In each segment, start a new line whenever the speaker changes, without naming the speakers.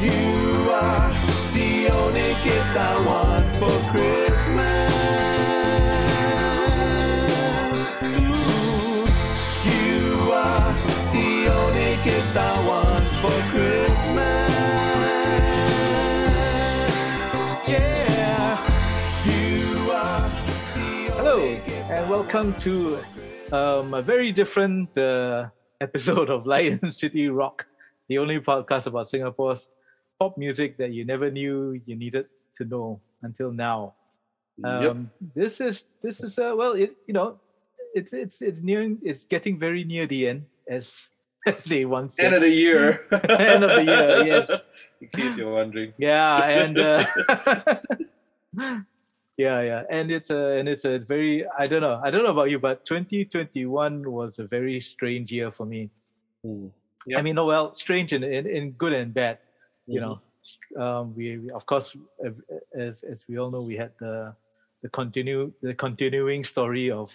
You are the only gift I want for Christmas. Ooh, you are the only gift I want for Christmas. Yeah, you are.
Hello, and welcome to um, a very different uh, episode of Lion City Rock, the only podcast about Singapore's pop music that you never knew you needed to know until now. Um, This is this is uh, well, it, you know, it's it's it's nearing, it's getting very near the end, as as they once
End of
said.
the year.
End of the year, yes.
In case you're wondering.
Yeah, and uh, yeah, yeah, and it's a and it's a very I don't know I don't know about you, but 2021 was a very strange year for me.
Yep.
I mean, oh well, strange in in, in good and bad. You
Mm-hmm.
know, um, we, we- of course, ev- as as we all know, we had the the continue the continuing story of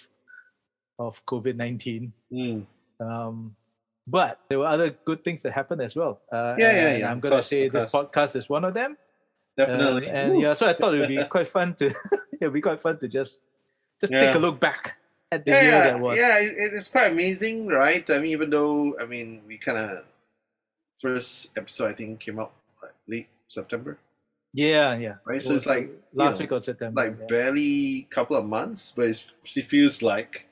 of COVID 19.
Mm.
Um, but there were other good things that happened as well. Uh,
Yeah, yeah,
and
yeah,
I'm
of
gonna
course,
say
of
this
course.
podcast is one of them. Um,
Definitely.
and
Woo.
yeah, so I thought it would be quite fun to it'd be quite fun to just just take a
Yeah.
look back at the
yeah,
year
yeah,
that was.
yeah, it- it- it's quite amazing, right? I mean, even though I mean, we kind of first episode I think came out like, late September,
Yeah, yeah.
right?
It
So
was
it's like you know,
Last week of September.
like
Mm, yeah.
barely couple of months, but it's, it feels like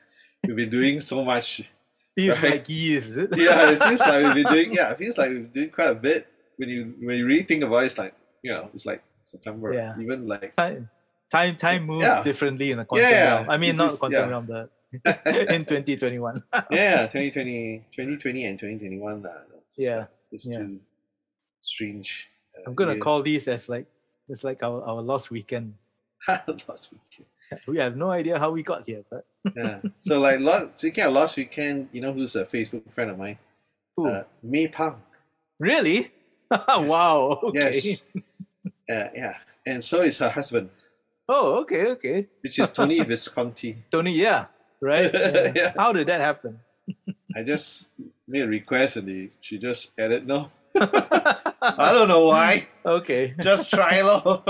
we've been doing so much.
Feels
right?
like years. is it?
Yeah, it feels like we've been doing. Yeah, it feels like we've been doing quite a bit. When you when you really think about it, it's like you know, it's like September,
Yeah.
even like
time time time moves
Yeah.
differently in the quantum
Yeah,
realm. I mean
this
not
is-
quantum
yeah.
realm the in 2021.
yeah, 2020, 2020 and 2021. Uh, it's
Yeah,
like, It's
yeah.
too strange. uh,
I'm gonna
years.
call these as like it's like our, our lost weekend.
last weekend.
We have no idea how we got here, but
Yeah. So, like, last, speaking of last weekend, you know who's a Facebook friend of mine?
Ooh,
Uh, May Pang.
really? wow. Okay.
Yes. Uh, yeah. And so is her husband,
Oh, okay, okay.
which is Tony Visconti.
Tony, yeah. Right? Yeah.
Yeah.
How did that happen?
I just made a request and they, she just added no. I don't know why.
Okay.
Just try lo.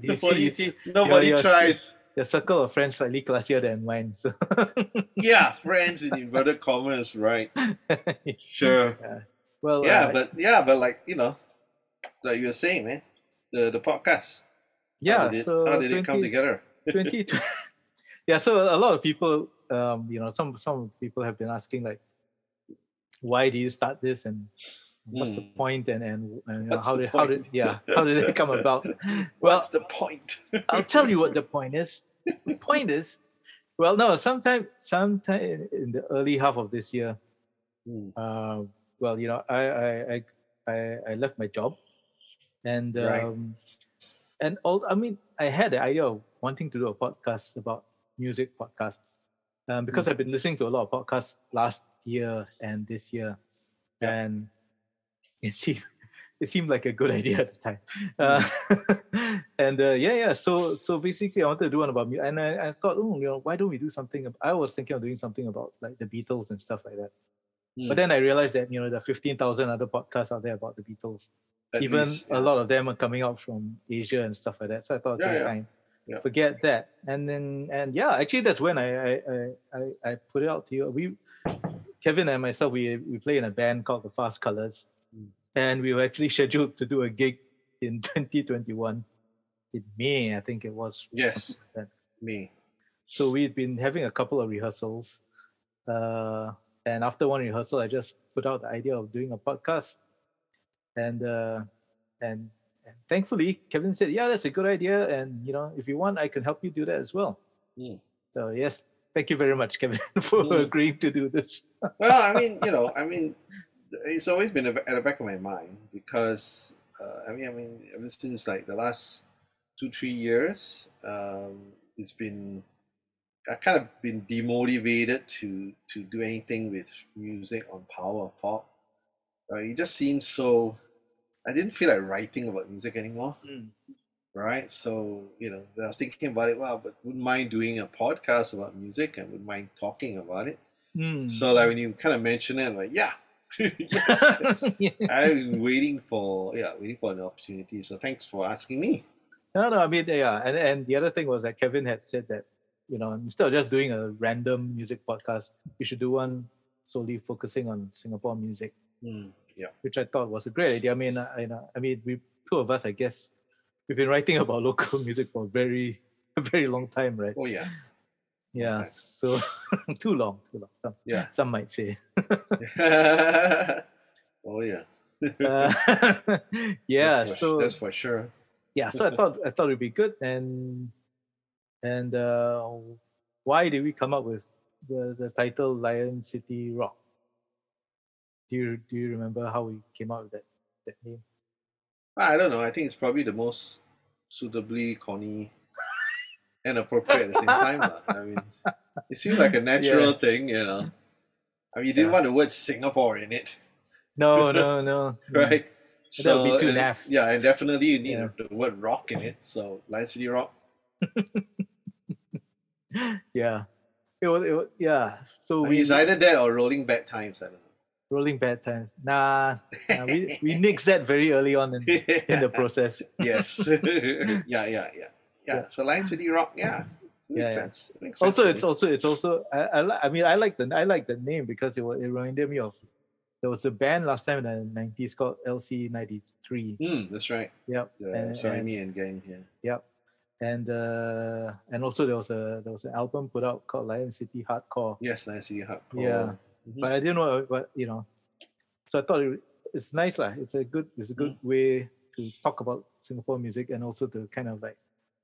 You see, you
nobody
see,
nobody
you're- you're-
tries.
the circle of friends slightly classier than mine. So
Yeah, friends in inverted commas, right? Sure.
well,
yeah,
uh,
but yeah, but like you know, like you were saying, man, the the podcast.
yeah.
how did, it-
so
how did it come
20
together?
20 yeah so a lot of people um you know some some people have been asking like why do you start this and what's the
Mm.
point and and, and you know,
What's
how
the
did how did
point?
yeah how did it come about well
What's the point?
i'll tell you what the point is the point is well no sometime sometime in the early half of this year
Mm,
uh, well, you know, I I I, I, I left my job, and um,
Right.
and all. I mean, I had the idea of wanting to do a podcast about music podcast, um, because
Mm.
I've been listening to a lot of podcasts last year and this year,
Yeah.
and it seemed it seemed like a good idea at the time.
Mm.
Uh, and uh, yeah, yeah. So so basically, I wanted to do one about me, and I, I thought, oh, you know, why don't we do something? ab- I was thinking of doing something about like the Beatles and stuff like that.
mm,
But then I realized that you know there are fifteen thousand other podcasts out there about the Beatles.
at
Even
least,
a
yeah.
lot of them are coming out from Asia and stuff like that. So I thought,
Yeah,
okay,
yeah.
fine,
Yeah.
forget that. And then and yeah, actually that's when I I I, I, I put it out to you. We Kevin and myself we we play in a band called the Fast Colors,
Mm.
and we were actually scheduled to do a gig in 2021 in May, I think it was.
Yes,
Yeah.
me.
So we'd been having a couple of rehearsals. Uh, and after one rehearsal, I just put out the idea of doing a podcast. And, uh, and, and thankfully, Kevin said, Yeah, that's a good idea. And, you know, if you want, I can help you do that as well.
Mm.
So, yes, thank you very much, Kevin, for
Mm.
agreeing to do this.
Well, I mean, you know, I mean, it's always been at the back of my mind because uh, I mean, I mean, ever since like the last two three years, um, it's been I kind of been demotivated to to do anything with music on power or pop. Uh, it just seems so. I didn't feel like writing about music anymore, right? So you know, I was thinking about it. Wow, but wouldn't mind doing a podcast about music and wouldn't mind talking about it.
Mm.
So like when you kind of mention it, like yeah, yes. I was waiting for yeah, waiting for an opportunity. So thanks for asking me.
No, no, I mean, yeah. And, and the other thing was that Kevin had said that, you know, instead of just doing a random music podcast, you should do one solely focusing on Singapore music,
Hmm, yeah.
which I thought was a great idea. I mean, I, you know, I mean, we two of us, I guess, we've been writing about local music for a very, a very long time, right?
Oh yeah.
Yeah.
Okay.
So too long, too long. Some,
Yeah.
some might say.
oh yeah.
Uh, yeah.
That's for,
so
that's for sure.
yeah so i thought i thought it'd be good and and uh why did we come up with the, the title lion city rock do you do you remember how we came up with that that name
I don't know. I think it's probably the most suitably corny and appropriate at the same time. lah. I mean, it seems like a natural thing, you know. I mean, you didn't
Yeah.
want the word Singapore in it,
no no no no.
right?
Hmm. That would be too
and-
naff.
Yeah, and definitely you need
Yeah.
the word rock in it. So, Lion City Rock.
yeah it was, it was yeah so
I
we
mean, it's either that or Rolling Bad Times. I don't
rolling bad times nah, nah
know.
we we nixed that very early on in, in the process
yes. yeah, yeah, yeah, yeah, So, Lion City Rock. Yeah, makes
Yeah, yeah.
sense. Makes sense
also
to
it's
me.
also it's also I, I, li- I mean I like the I like the name because it was it reminded me of there was a band last time in the nineties called LC ninety three.
Mm, that's right.
Yep.
Yeah,
and,
sorry,
and,
me and gang here.
yep. And uh, and also there was a there was an album put out called Lion City Hardcore.
Yes, Lion City Hardcore.
Yeah.
Mhm.
But I didn't know but you know. So I thought it, it's nice lah. It's a good it's a good way to talk about Singapore music and also to kind of like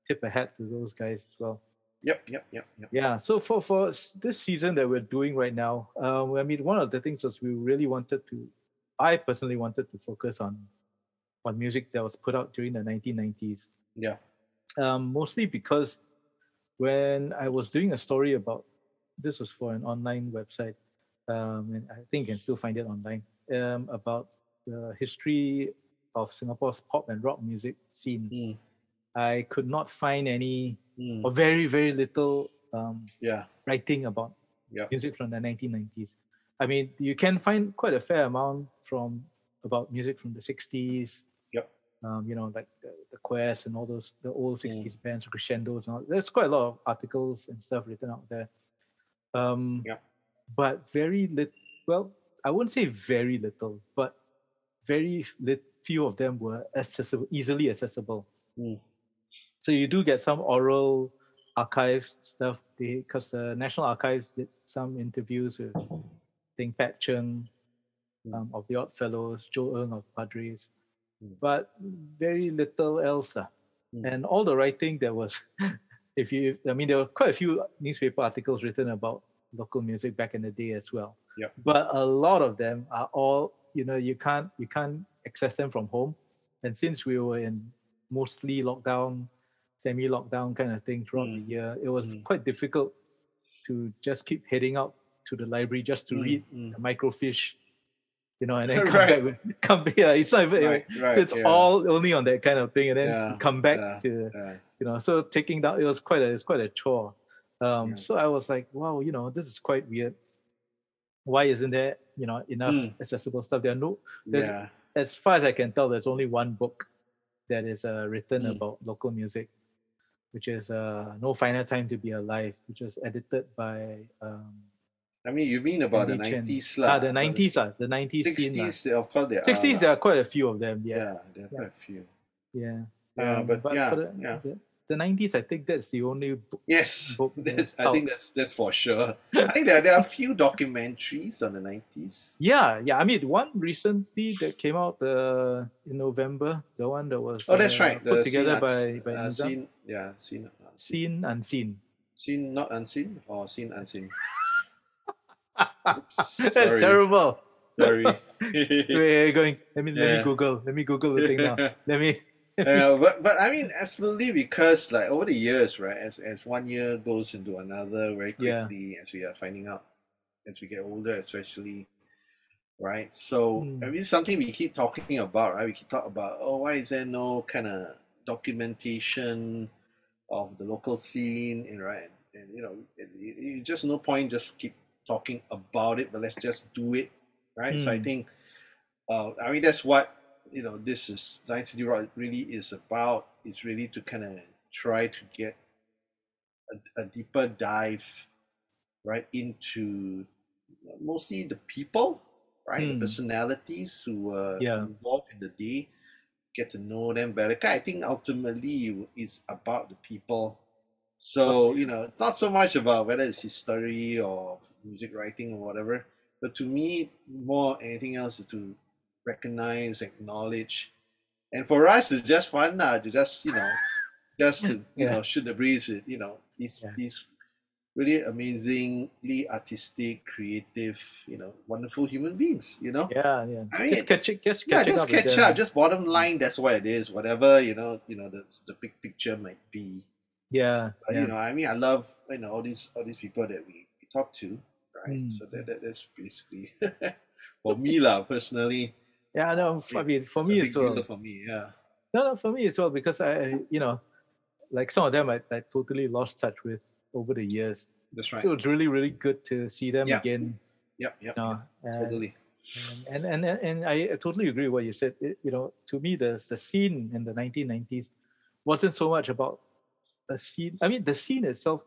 tip a hat to those guys as well.
Yep, yep, yep, yep.
Yeah. So for for s- this season that we're doing right now, um, I mean, one of the things was we really wanted to, I personally wanted to focus on, on music that was put out during the 1990s,
Yeah.
um, mostly because when I was doing a story about, this was for an online website, um, and I think you can still find it online um, about the history of Singapore's pop and rock music scene.
Mm.
I could not find any
Mm.
or very very little. Um,
Yeah.
writing about
Yep.
music from the 1990s. I mean, you can find quite a fair amount from about music from the 60s.
Yep. Mm.
Um, you know, like the, the Quest and all those the old 60s bands, crescendos. And all. There's quite a lot of articles and stuff written out there. Um,
Yep.
But very little. Well, I wouldn't say very little, but very lit- few of them were accessible, easily accessible.
Mm.
So you do get some oral archives stuff because the National Archives did some interviews with I think Pat Chung um, of the Odd Fellows, Joe Ng of Padres,
Mm.
but very little else. ah.
Mm.
And all the writing there was, if you, I mean, there were quite a few newspaper articles written about local music back in the day as well.
Yep.
But a lot of them are all, you know, you can't you can't access them from home. And since we were in mostly lockdown, semi-lockdown kind of thing throughout the
Mm.
year, it was
Mm.
quite difficult to just keep heading out to the library just to
Mm,
read
mm.
the microfiche, you know, and then come
Right.
back with, come yeah, it's not even
Right, right,
so it's
yeah,
all only on that kind of thing and then
Yeah,
come back
yeah.
to
yeah.
you know so taking down it was quite a it's quite a chore um
Yeah.
so i was like wow you know this is quite weird why isn't there you know enough
Mm.
accessible stuff there are no There's-
yeah.
as far as i can tell there's only one book that is uh, written
Mm.
about local music which is uh, no finer time to be alive which was edited by um
I mean, you mean about the
Andy Chen.
nineties, lah?
ah, the 90s uh, the 90s scene, lah.
Sixties, of course, there.
60s
are,
there are quite a few of them
lah.
yeah
yeah, there are quite a few.
yeah
Um, Yeah, Uh,
Um,
but, yeah,
for the,
yeah.
the, the 90s i think that's the only book
Yes,
book
that,
was
I think
out.
that's that's for sure. I think there, there are a few documentaries on the nineties.
Yeah, yeah. I mean, one recently that came out uh, in November, the one that was
Oh, that's
uh,
right.
put
The
together
seen,
by
uns-
by
uh,
Nizam.
seen, yeah, seen, uh, seen,
Seen unseen.
seen, not unseen, or seen unseen. Oops,
that's
sorry,
terrible.
Sorry.
We're going. Let me let me
Yeah.
Google. Let me Google the thing now. Let me.
yeah, but but I mean, absolutely, because like over the years, right? As as one year goes into another very
Yeah.
quickly, as we are finding out, as we get older, especially, right? So
Mm.
I mean, it's something we keep talking about, right? We keep talking about, oh, why is there no kind of documentation of the local scene, and right? And you know, it, it, it- just no point just keep talking about it, but let's just do it right? So I
Mm.
think, uh, I mean, that's what you know. This is Lion City Rock really is about. Is really to kind of try to get a, a deeper dive, right, into mostly the people, right, the
Mm.
personalities who were
Yeah.
involved in the day, get to know them better. 'Cause I think ultimately it's about the people. So you know, it's not so much about whether it's history or music writing or whatever. But to me, more anything else is to recognize, acknowledge, and for us, it's just fun now to just you know, just to you
Yeah.
know, shoot the breeze with you know these
Yeah.
these really amazingly artistic, creative, you know, wonderful human beings. You know,
Yeah, yeah.
I mean,
just catch it. Just
yeah,
catch
just
up. with
catch
them. Mm.
up. Just bottom line, that's what it is. Whatever you know, you know, the the big picture might be.
Yeah,
But,
yeah.
You know, I mean, I love you know all these all these people that we, we talk to, right?
Mm.
So that, that that's basically for me lah personally.
yeah. No, f- I
It's-
mean for
it's a
me
big
as
deal
well.
For me, yeah.
No, no, for me as well because I, I- you know, like some of them I, I totally lost touch with over the years.
That's right.
So uh, it's really, really good to see them
Yeah.
again.
Yep, yep.
You know, and,
Totally.
and, and and and I totally agree with what you said. It- you know, to me, the the scene in the 1990s wasn't so much about the scene. I mean, the scene itself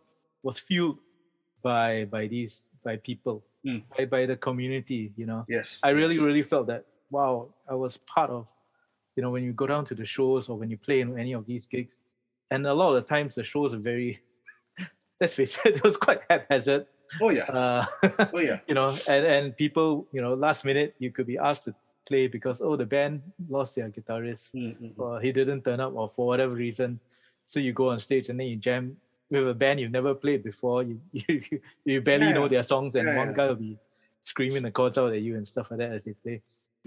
was fueled by by these by people,
Mm.
by by the community. You know,
Yes.
I really,
yes.
really felt that wow, I was part of, you know, when you go down to the shows or when you play in any of these gigs, and a lot of the times the shows are very, let's face it, it was quite haphazard.
Oh yeah.
Uh,
Oh yeah.
you know, and and people, you know, last minute you could be asked to play because oh the band lost their guitarist
Mm, mm, mm.
or he didn't turn up or for whatever reason, so you go on stage and then you jam with a band you've never played before. You you, you barely
Yeah,
know
yeah.
their songs, and
Yeah,
one
yeah.
guy will be screaming the chords out at you and stuff like that as they play.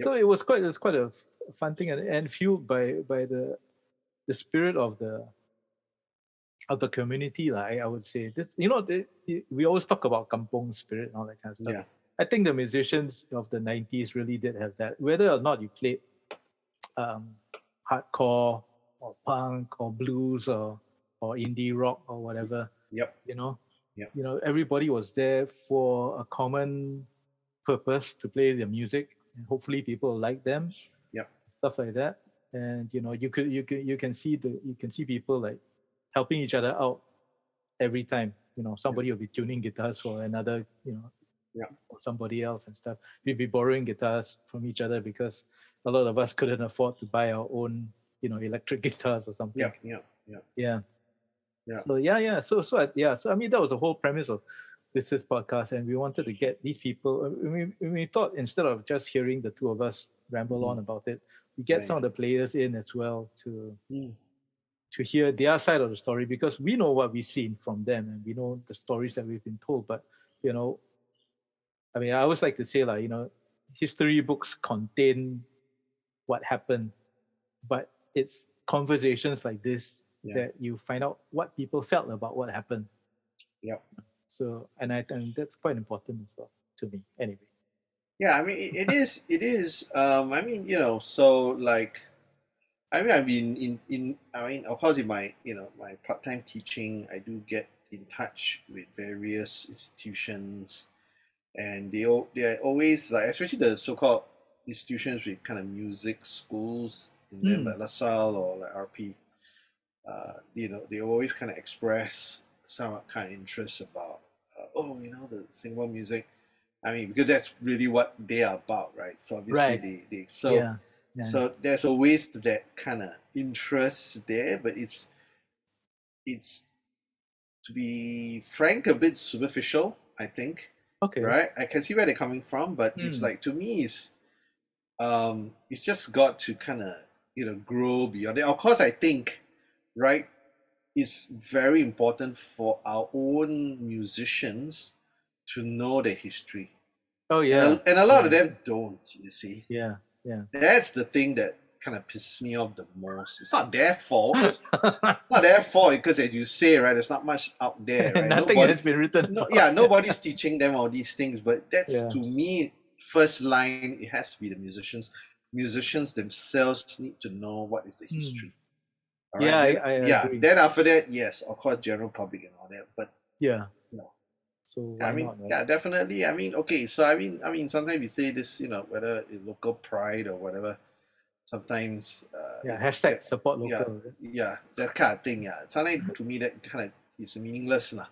So it was quite it was quite a f- fun thing and, and fueled by by the the spirit of the of the community, like I would say. This, you know, the, the- we always talk about kampong spirit and all that kind of stuff.
Yeah.
I think the musicians of the '90s really did have that. Whether or not you played um, hardcore or punk or blues or or indie rock or whatever,
Yep.
you know,
Yep.
you know, everybody was there for a common purpose to play their music, and hopefully people like them,
Yep.
stuff like that. And you know, you could you could you can see the you can see people like helping each other out every time. You know, somebody will be tuning guitars for another, you know,
Yeah.
for somebody else and stuff. We'd be borrowing guitars from each other because a lot of us couldn't afford to buy our own, you know, electric guitars or something.
Yep. Yep. Yep.
Yeah.
Yeah.
So yeah, yeah. So so I, yeah. So I mean, that was the whole premise of this is podcast, and we wanted to get these people. uh, We we- we thought instead of just hearing the two of us ramble
Mhm.
on about it, we get
Yeah,
some of the players in as well to
Mm.
to hear their side of the story because we know what we've seen from them and we know the stories that we've been told. But you know, I mean, I always like to say like you know, history books contain what happened, but it's conversations like this
Yeah.
that you find out what people felt about what happened.
Yep.
So, and I think that's quite important as well to me, anyway.
Yeah, I mean it, it is it is um I mean, you know, so like I mean I've been in in I mean of course in my you know my part-time teaching I do get in touch with various institutions and they al- they are always like especially the so-called institutions with kind of music schools in them
Mm.
like LaSalle or like RP uh, you know they always kind of express some kind of interest about uh, oh you know the Singapore music I mean, because that's really what they are about, right? So obviously
Right.
they, they so
yeah. yeah.
so there's always that kind of interest there, but it's it's to be frank, a bit superficial, I think.
Okay.
Right? I can see where they're coming from, but it's
Mm.
like to me it's um it's just got to kinda, you know, grow beyond it. Of course I think, right, it's very important for our own musicians to know their history.
Oh yeah.
And a- and a lot of
Yeah.
them don't, you see.
Yeah.
That's the thing that kind of pisses me off the most. It's not their fault. It's not their fault because, as you say, right, there's not much out there, right?
Nothing
Nobody-
has been written.
no, yeah, nobody's teaching them all these things, but that's
Yeah.
to me first line. It has to be the musicians. Musicians themselves need to know what is the
Hmm.
history.
Yeah, I-
Then-
I
yeah.
agree.
Then after that, yes, of course, general public and all that, but
Yeah.
No.
So why
I mean,
not? Right?
yeah, definitely. I mean, okay, so I mean, I mean, sometimes you say this, you know, whether it's local pride or whatever. Sometimes, uh,
Yeah, hashtag support local.
yeah.
right?
yeah, that kind of thing. Yeah, sometimes to me that kind of is meaningless, lah,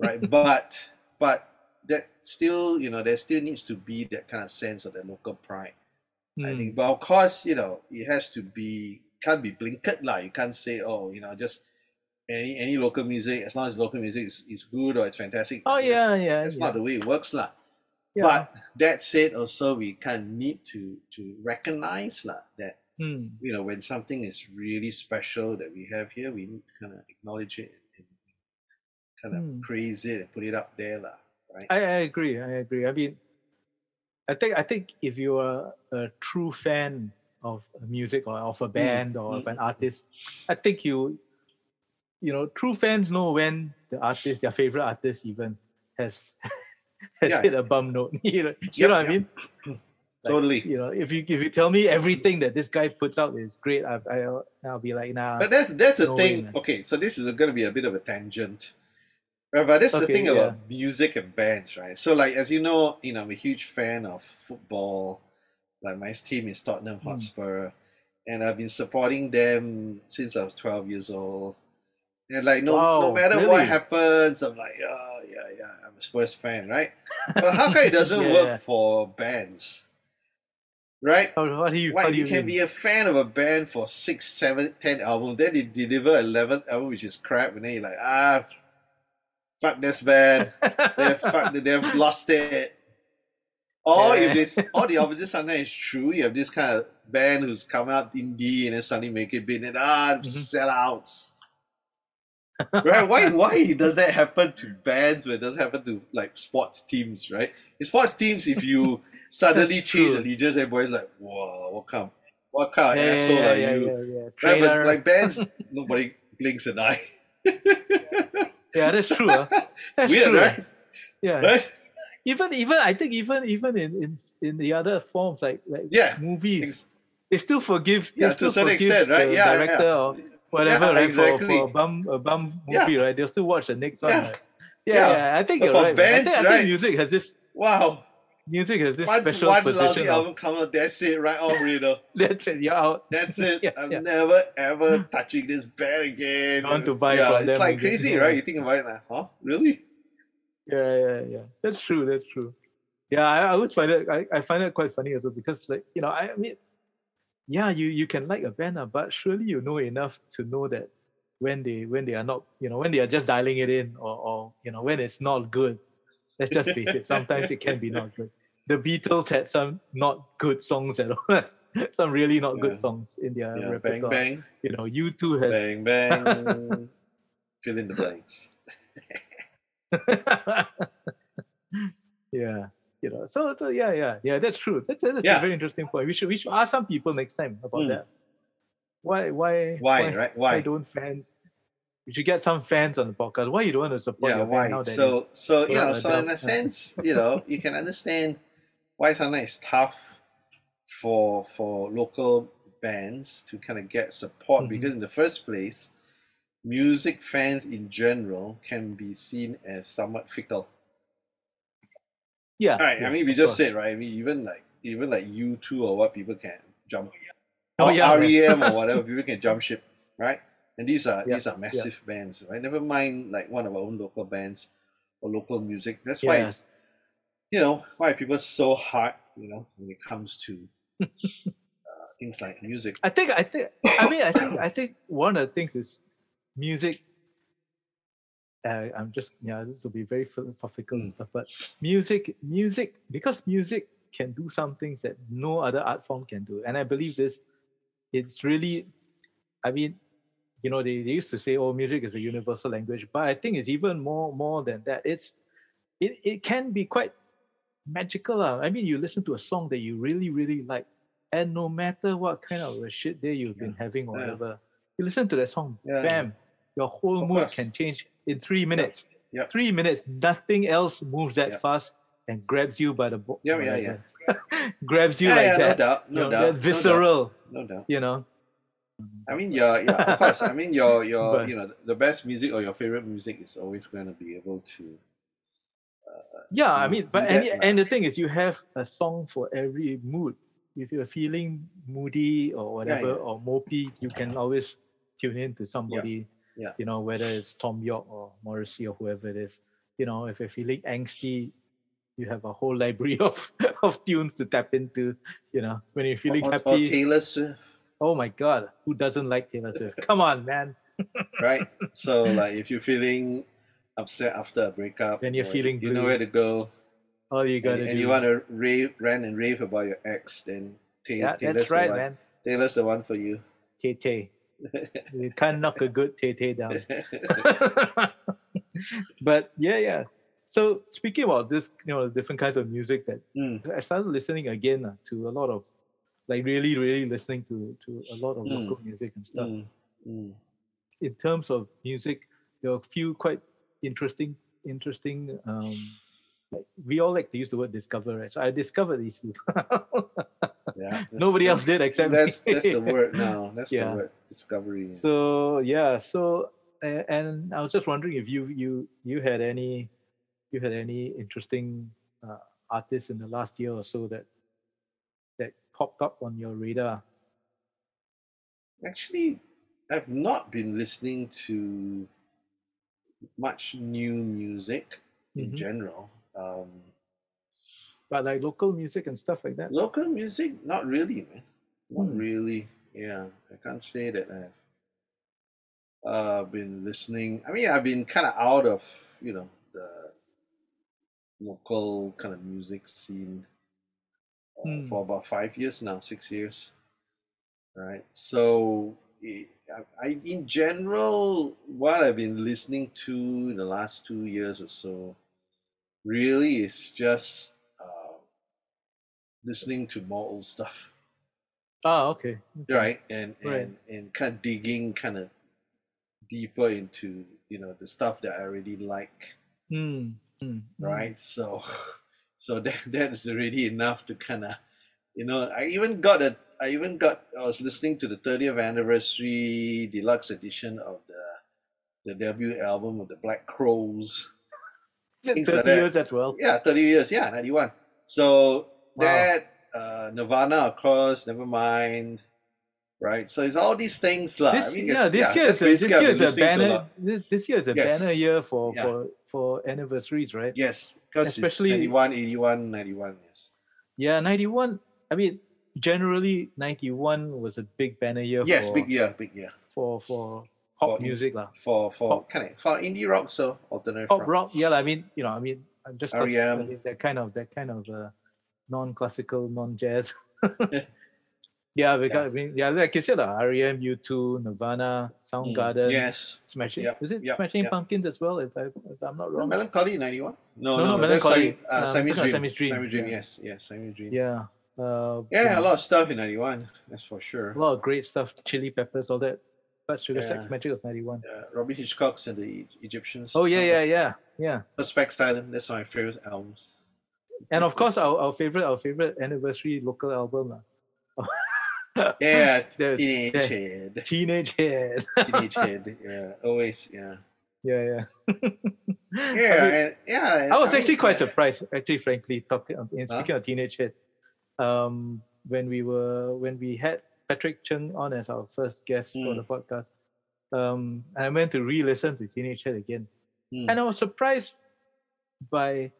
right? But but that still, you know, there still needs to be that kind of sense of the local pride. I
Mm,
think, but of course, you know, it has to be can't be blinkered lah. You can't say, oh, you know, just any any local music as long as local music is, is good or it's fantastic.
Oh
it's-
yeah, yeah.
that's
yeah,
not the way it works lah.
yeah.
But that said, also we kind of need to to recognize lah that
Mm,
you know when something is really special that we have here, we need to kind of acknowledge it and kind of
Mm.
praise it and put it up there lah. Right?
I, I agree. I agree. I mean, I think I think if you are a true fan of music or of a band or of
mm.
an artist, I think you, you know, true fans know when the artist, their favorite artist, even has has
Yeah.
hit a bum note. you know, you know
Yep,
what I mean? like,
totally.
You know, if you if you tell me everything that this guy puts out is great, I, I'll I'll be like, nah.
But that's that's the
No way,
thing.
man.
okay, so this is going to be a bit of a tangent, right? But this is the
Okay,
thing about music and bands, right? So, like as you know, you know, I'm a huge fan of football. Like my team is Tottenham
Hmm.
Hotspur, and I've been supporting them since I was 12 years old. And like no, no
Wow,
matter what
really?
happens, I'm like, oh yeah, yeah, I'm a Spurs fan, right? But how come it doesn't
Yeah, yeah.
work for bands, right?
how, how do you
Why
how do
you
you
can
mean?
be a fan of a band for six, seven, ten albums, then they deliver eleventh album which is crap, and then you're like, ah, fuck this band, they've fuck, they've lost it. Or
Yeah.
if this, or the opposite sometimes is true. You have this kind of band who's come out indie and then suddenly make it big and
Mm-hmm.
ah, sellouts. right? Why? Why does that happen to bands? When it doesn't happen to like sports teams, right? In sports teams, if you suddenly
That's
change
true.
allegiance, everybody's like, "Wow, what kind, of, what kind of
yeah,
asshole
yeah,
are
yeah,
you?"
yeah, yeah.
Right? But
Trailer.
like bands, nobody blinks an eye.
yeah, that's true. huh? That's
Weird,
true. ah.
right?
Yeah.
Right?
Even even I think even even in in, in the other forms like like
Yeah.
movies, they still forgive. They
Yeah, to
still
a certain
forgive
extent, right?
the
Yeah, yeah,
director
yeah.
or whatever,
Yeah,
right? For,
exactly.
for a bum a bum
Yeah.
movie, right? They'll still watch the next one.
Yeah.
Right? Yeah,
Yeah.
yeah, I think
But
you're
for
right. man. I think-
bands,
I think,
right?
music has this
Wow.
music has this
Once
special
one
position.
lousy
Of,
album comes out, that's it, right? Oh, Reno.
that's it. You're out.
That's it.
Yeah,
I'm
yeah.
never ever touching this band again.
Don't want to buy
yeah,
from
it's
them
like
again.
crazy,
Yeah.
right? You think about it, like, huh? Really?
Yeah, yeah, yeah. That's true. That's true. Yeah, I, I always find it. I, I find it quite funny as well because, like, you know, I, mean, yeah, you you can like a band, ah, but surely you know enough to know that when they when they are not, you know, when they are just dialing it in, or or you know, when it's not good. Let's just face it. Sometimes it can be not good. The Beatles had some not good songs at all. some really not
Yeah.
good songs in their
Yeah, bang,
repertoire.
bang,
You know, U two has
bang, bang. Fill in the blanks.
yeah you know so, so yeah yeah yeah that's true that's, that's
Yeah.
a very interesting point we should we should ask some people next time about
Mm.
that why why
Why, right? Why?
don't fans we should get some fans on the podcast why you don't want to support
yeah,
your band now
why?
that
So, so you
without
know,
a
so in a
doubt.
sense, you know, you can understand why sometimes it's tough for for local bands to kind of get support
Mhm.
because in the first place, music fans in general can be seen as somewhat fickle.
you- yeah
Right.
yeah,
I mean, we
of
just
course.
said right. I mean, even like even like U two or what people can jump,
Oh,
or
yeah, man.
REM or whatever people can jump ship, right? And these are
Yeah,
these are massive bands, right? Never mind like one of our own local bands or local music. That's why
Yeah.
it's, you know why people are so hard, you know, when it comes to uh, things like music.
I think I think I mean I think I think one of the things is music. Uh, I'm just yeah, this will be very philosophical
Hmm.
and stuff, but music, music, because music can do some things that no other art form can do, and I believe this. It's really, I mean, you know, they, they used to say, "Oh, music is a universal language," but I think it's even more more than that. It's it it can be quite magical. lah. I mean, you listen to a song that you really really like. And no matter what kind of a shit day you've been having or
Yeah.
whatever, you listen to that song,
Yeah.
bam, your whole
Of
mood
course.
can change in three minutes.
Yep.
Three minutes, nothing else moves that
Yep.
fast and grabs you by the bo-
Yeah, yeah, yeah.
grabs you
yeah,
like
yeah,
that.
no doubt,
you
no
know,
doubt,
that
no doubt,
visceral,
no doubt.
you know.
I mean, yeah, yeah, of course. I mean, your your
But-
you know the best music or your favorite music is always going to be able to
yeah, I mean, but
do
and,
that,
and the thing is, you have a song for every mood. If you're feeling moody or whatever
yeah.
or mopey, you can always tune in to somebody.
Yeah.
You know, whether it's Tom York or Morrissey or whoever it is. You know, if you're feeling angsty, you have a whole library of of tunes to tap into. You know, when you're feeling
or,
happy,
or Taylor Swift,
oh my God, who doesn't like Taylor Swift? Come on, man.
right? so like if you're feeling upset after a breakup,
Then you're
or
feeling
you know
blue.
where to go,
All you gotta
and,
do.
and you want to rave, rant and rave about your ex, then Tay-
yeah,
Taylor's
that's
the
right,
one.
man.
Taylor's the one for you.
Tay Tay. you can't knock a good Tay Tay down.
yeah,
but yeah, yeah. So speaking about this, you know, different kinds of music that
Mm.
I started listening again uh, to a lot of, like really, really listening to to a lot of
Mm.
local music and stuff.
Mm. Mm.
In terms of music, there are a few quite interesting, interesting. Um, like, we all like to use the word discover, right? So I discovered these people.
yeah that's-
Nobody
that's-
else did except
That's
me.
that's the word now. That's
Yeah.
the word discovery.
So yeah, so a- and I was just wondering if you you you had any you had any interesting uh, artists in the last year or so that that popped up on your radar.
Actually, I've not been listening to much new music in
Mhm.
general. Um,
But like local music and stuff like that.
local music, not really, man. Not
Hmm.
really. Yeah, I can't say that I've uh, been listening. I mean, I've been kind of out of you know the local kind of music scene uh,
Hmm.
for about five years now, six years. Right. So, it, I, I in general, what I've been listening to in the last two years or so, really is just uh, listening to more old stuff,
Ah, okay.
right? And and
Right.
and kind of digging kind of deeper into you know the stuff that I already like,
Mm, mm, mm.
right? So so that that is already enough to kind of you know I even got a I even got I was listening to the 30th anniversary deluxe edition of the the debut album of the Black Crows.
Is it
things like
Thirty
that.
years as well.
Yeah, 30 years. Yeah, 91. So
Wow.
that, uh, Nirvana, of course, never mind. Right? So it's all these things. lah.
This,
I mean,
yeah,
it's-
this year
that's
is a, this
basically I've
year
been
is a
listening to a
banner.
lot.
This, this year is a
Yes.
banner year for
Yeah.
for for anniversaries, right?
Yes, because it's
Especially-
71, 81, 91. Yes.
Yeah, 91. I mean, generally, 91 was a big banner year
Yes,
for,
big year, big year.
for, for pop
For-
music. lah.
For, for
Pop-
kind of, for indie rock, so alternative
Pop Oh. rock, yeah, lah, I mean, you know, I mean, I'm just talking
R.E.M..
about that kind of, that kind of uh, non classical, non jazz. yeah, because, I mean, yeah, like you said, uh, REM, U2, Nirvana,
Mm,
Soundgarden,
Yes.
Smashing,
Yep,
is it
yep,
Smashing
yep.
Pumpkins as well, if, I, if I'm not wrong?
Melancholy, 91? No,
No,
no,
no,
no, that's
Melancholy,
Sami- uh,
um,
Sami's
no,
Dream.
Sami's Dream,
Sami's Dream,
yeah.
yes, yes, Sami's Dream.
Yeah. Uh,
Yeah,
yeah.
a lot of stuff in 91, that's for sure.
a lot of great stuff, Chili Peppers, all that. But Sugar
Yeah.
Sex Magic was 91.
uh, Robin Hitchcock's and the E- Egyptians. Uh,
Oh, yeah, yeah, yeah, yeah.
Suspect Island. That's one of my favorite albums.
and of course our, our favorite our favorite anniversary local album uh, lah.
Yeah,
The-
Teenage
the-
Head.
teenage head
Teenage Head. Yeah, always. Yeah.
yeah yeah
Yeah,
I, mean,
and- yeah.
I was
mean,
Oh, actually quite
yeah.
surprised actually frankly talking of- in
Huh?
speaking of teenage head um when we were when we had patrick chung on as our first guest for
Hmm.
the podcast um i went to re-listen to teenage head again
Hmm.
and i was surprised by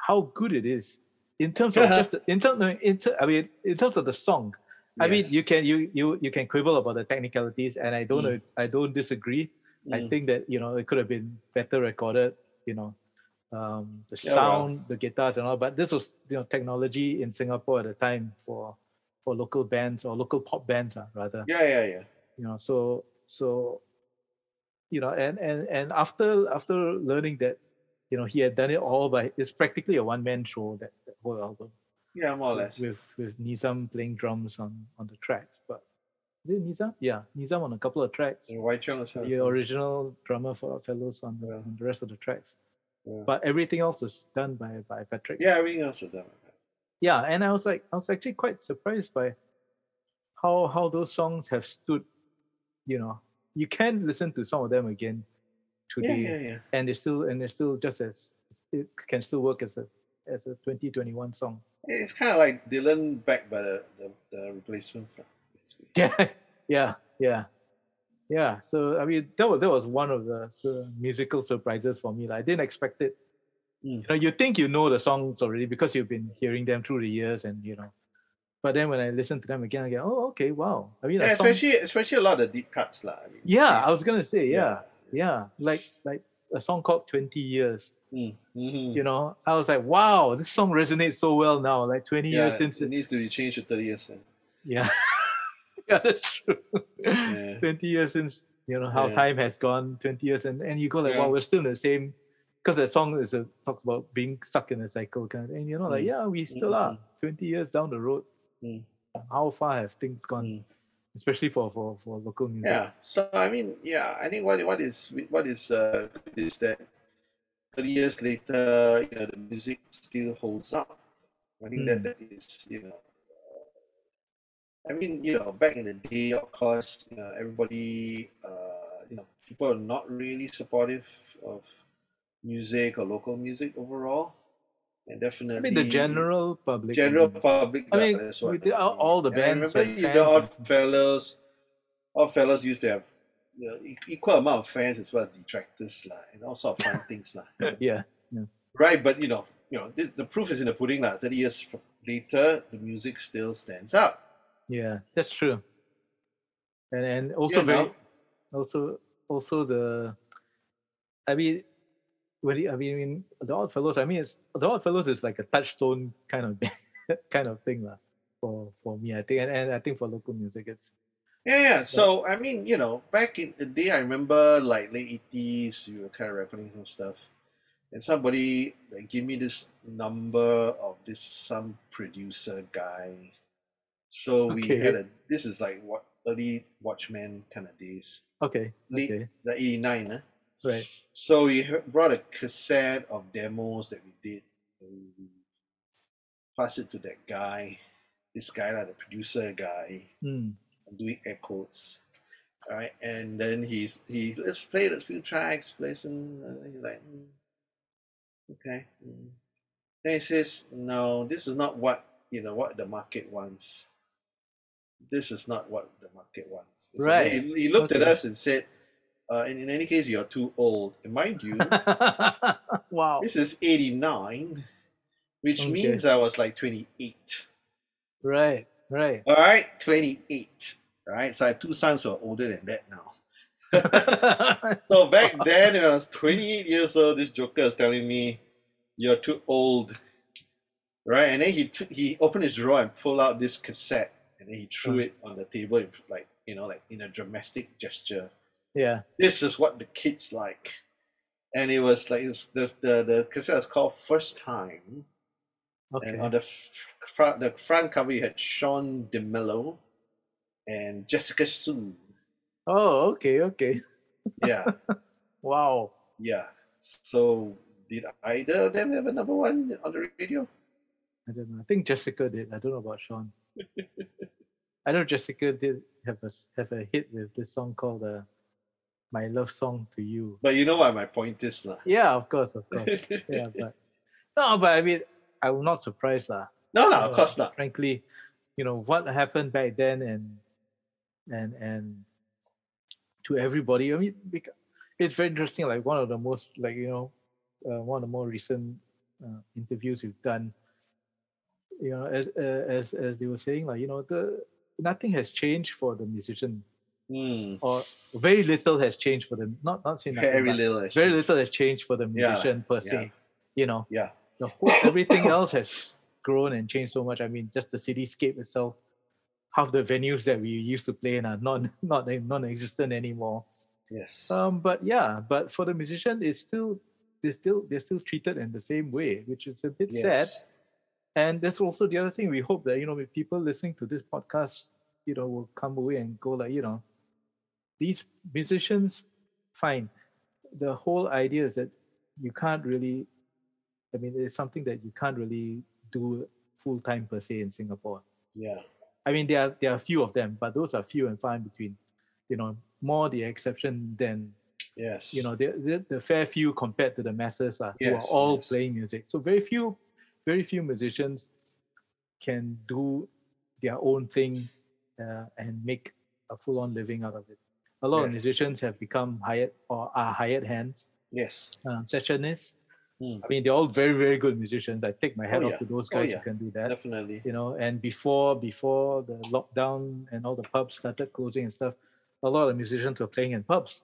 how good it is in terms of just the, in terms in, ter, I mean in terms of the song I mean,
Yes.
you can you you you can quibble about the technicalities, and I don't
Mm.
I don't disagree. I
Mm.
think that you know it could have been better recorded. You know, um, the
Yeah, well.
sound, the guitars, and all. But this was you know technology in Singapore at the time for for local bands or local pop bands uh, rather.
Yeah, yeah, yeah.
You know, so so you know, and and and after after learning that you know he had done it all by it's practically a one man show that, that whole album
Yeah, more or less.
with with Nizam playing drums on on the tracks. But is it Nizam? Yeah, Nizam on a couple of tracks.
And White Channel as well.
The original drummer for Fellows on the,
Yeah.
on the rest of the tracks.
Yeah.
But everything else was done by by Patrick.
Yeah, everything else is done.
yeah, and I was like, I was actually quite surprised by how how those songs have stood. You know, you can listen to some of them again
Yeah,
today,
yeah, yeah.
and they're still and they're still just as it can still work as a as a 2021 song.
It's kind of like Dylan back by the, the, the replacements. lah, basically.
Yeah, yeah, yeah, yeah. So I mean, that was that was one of the sur- musical surprises for me. Like, I didn't expect it.
Mm.
You know, you think you know the songs already because you've been hearing them through the years, and you know. But then when I listen to them again, I go, "Oh, okay, wow." I mean,
Yeah,
a song-
especially especially a lot of deep cuts. lah. I mean,
yeah, I was gonna say, yeah, yeah, like like a song called Twenty Years.
Mm, mhm.
You know, I was like, "Wow, this song resonates so well now." Like twenty
Yeah,
years since,
it
it,
needs to be changed to 30 years. yeah.
yeah, yeah, that's true.
Yeah.
20 years since you know how
Yeah.
time has gone 20 years and, and you go like
Yeah.
wow we're still in the same because that song is a, talks about being stuck in a cycle kind of and you know like
Mm.
yeah we still are 20 years down the road
Mm.
how far have things gone
Mm.
especially for for for local music
Yeah. So I mean, yeah, I think what what is what is uh, good is that thirty years later, you know, the music still holds up. I think
Mm.
that, that is, you know, uh, I mean, you know, back in the day, of course, you know, everybody, uh, you know, people are not really supportive of music or local music overall, and
i
definitely
mean the general public
general public.
I mean,
that's
we
what
did- all- all the
And I
bands
remember
had
you know,
fans
Odd Fellows, Odd Fellows used to have you know, e- equal amount of fans as well as detractors lah, and all sort of fun things lah.
yeah
Right, but you know, you know, this, the proof is in the pudding lah. Thirty years f- later, the music still stands up.
yeah that's true and and also
you
very
know?
also also the i mean what do you- i mean the odd fellows i mean it's the odd fellows is like a touchstone kind of kind of thing lah, for for me i think and, and i think for local music it's
Yeah, yeah. So I mean, you know, back in the day, I remember like late eighties, you were kind of recording some stuff, and somebody like, gave me this number of this some producer guy. So we
Okay.
had a this is like what early Watchmen kind of days,
okay
Late-
okay
the eighty nine. Huh?
right
So we he- brought a cassette of demos that we did, and we passed it to that guy, this guy, like the producer guy.
mm,
I'm doing air quotes. All right, and then he's he let's play a few tracks, play some. And then he's like, "Mm, okay. mm." Then he says, no, this is not what you know what the market wants. This is not what the market wants. It's like-
Right.
He, he looked at
Okay.
us and said, uh, in, in any case, you're too old. And mind you,
wow
this is '89, which
Okay.
means I was like 28.
right right
All right, 28. All right, so I have two sons who are older than that now. So back then, when I was 28 years old, this joker is telling me, "You're too old," right? And then he took, he opened his drawer and pulled out this cassette, and then he threw it on the table, in, like you know, like in a dramatic gesture.
yeah
This is what the kids like, and it was like it was, the, the the cassette was called First Time, and
okay
on the f- front the front cover you had Sean DeMello and Jessica Sue.
oh okay okay
Yeah.
wow
Yeah. So did either of them have a number one on the radio?
i don't know i think jessica did i don't know about sean i know jessica did have a have a hit with this song called uh, my love song to you
But you know what my point is lah.
Yeah, of course, of course. yeah, but no, but I mean, I'm not surprised lah.
No, no,
Uh,
Ah, of course not.
Frankly, you know what happened back then, and and and to everybody. I mean, bec- it's very interesting. Like one of the most, like you know, uh, one of the more recent uh, interviews you've done. You know, as uh, as as they were saying, like you know, the nothing has changed for the musician,
Hmm.
or very little has changed for them. Not not saying nothing,
Very
but-
little. actually.
very little has changed for the
Yeah,
musician per se.
yeah.
You know,
Yeah.
the whole, everything else has grown and changed so much. I mean, just the cityscape itself, half the venues that we used to play in are non not non-existent anymore.
Yes.
Um, but yeah, but for the musician, it's still they're still they're still treated in the same way, which is a bit sad.
yes.
And that's also the other thing. We hope that you know, if people listening to this podcast, you know, will come away and go like, you know, these musicians, fine. The whole idea is that you can't really. I mean, it's something that you can't really do full time per se in Singapore.
Yeah.
I mean, there are there are few of them, but those are few and far in between. You know, more the exception than
Yes.
you know the, the, the fair few compared to the masses uh, who are
Yes,
all
yes.
playing music so very few very few musicians can do their own thing uh, and make a full-on living out of it a lot of
Yes.
musicians have become hired or are hired hands
Yes.
um, sessionists
Hmm.
i mean they're all very very good musicians i take my hat
Oh,
off
yeah.
to those
Oh,
guys
yeah.
who can do that
Definitely.
you know and before before the lockdown and all the pubs started closing and stuff a lot of musicians were playing in pubs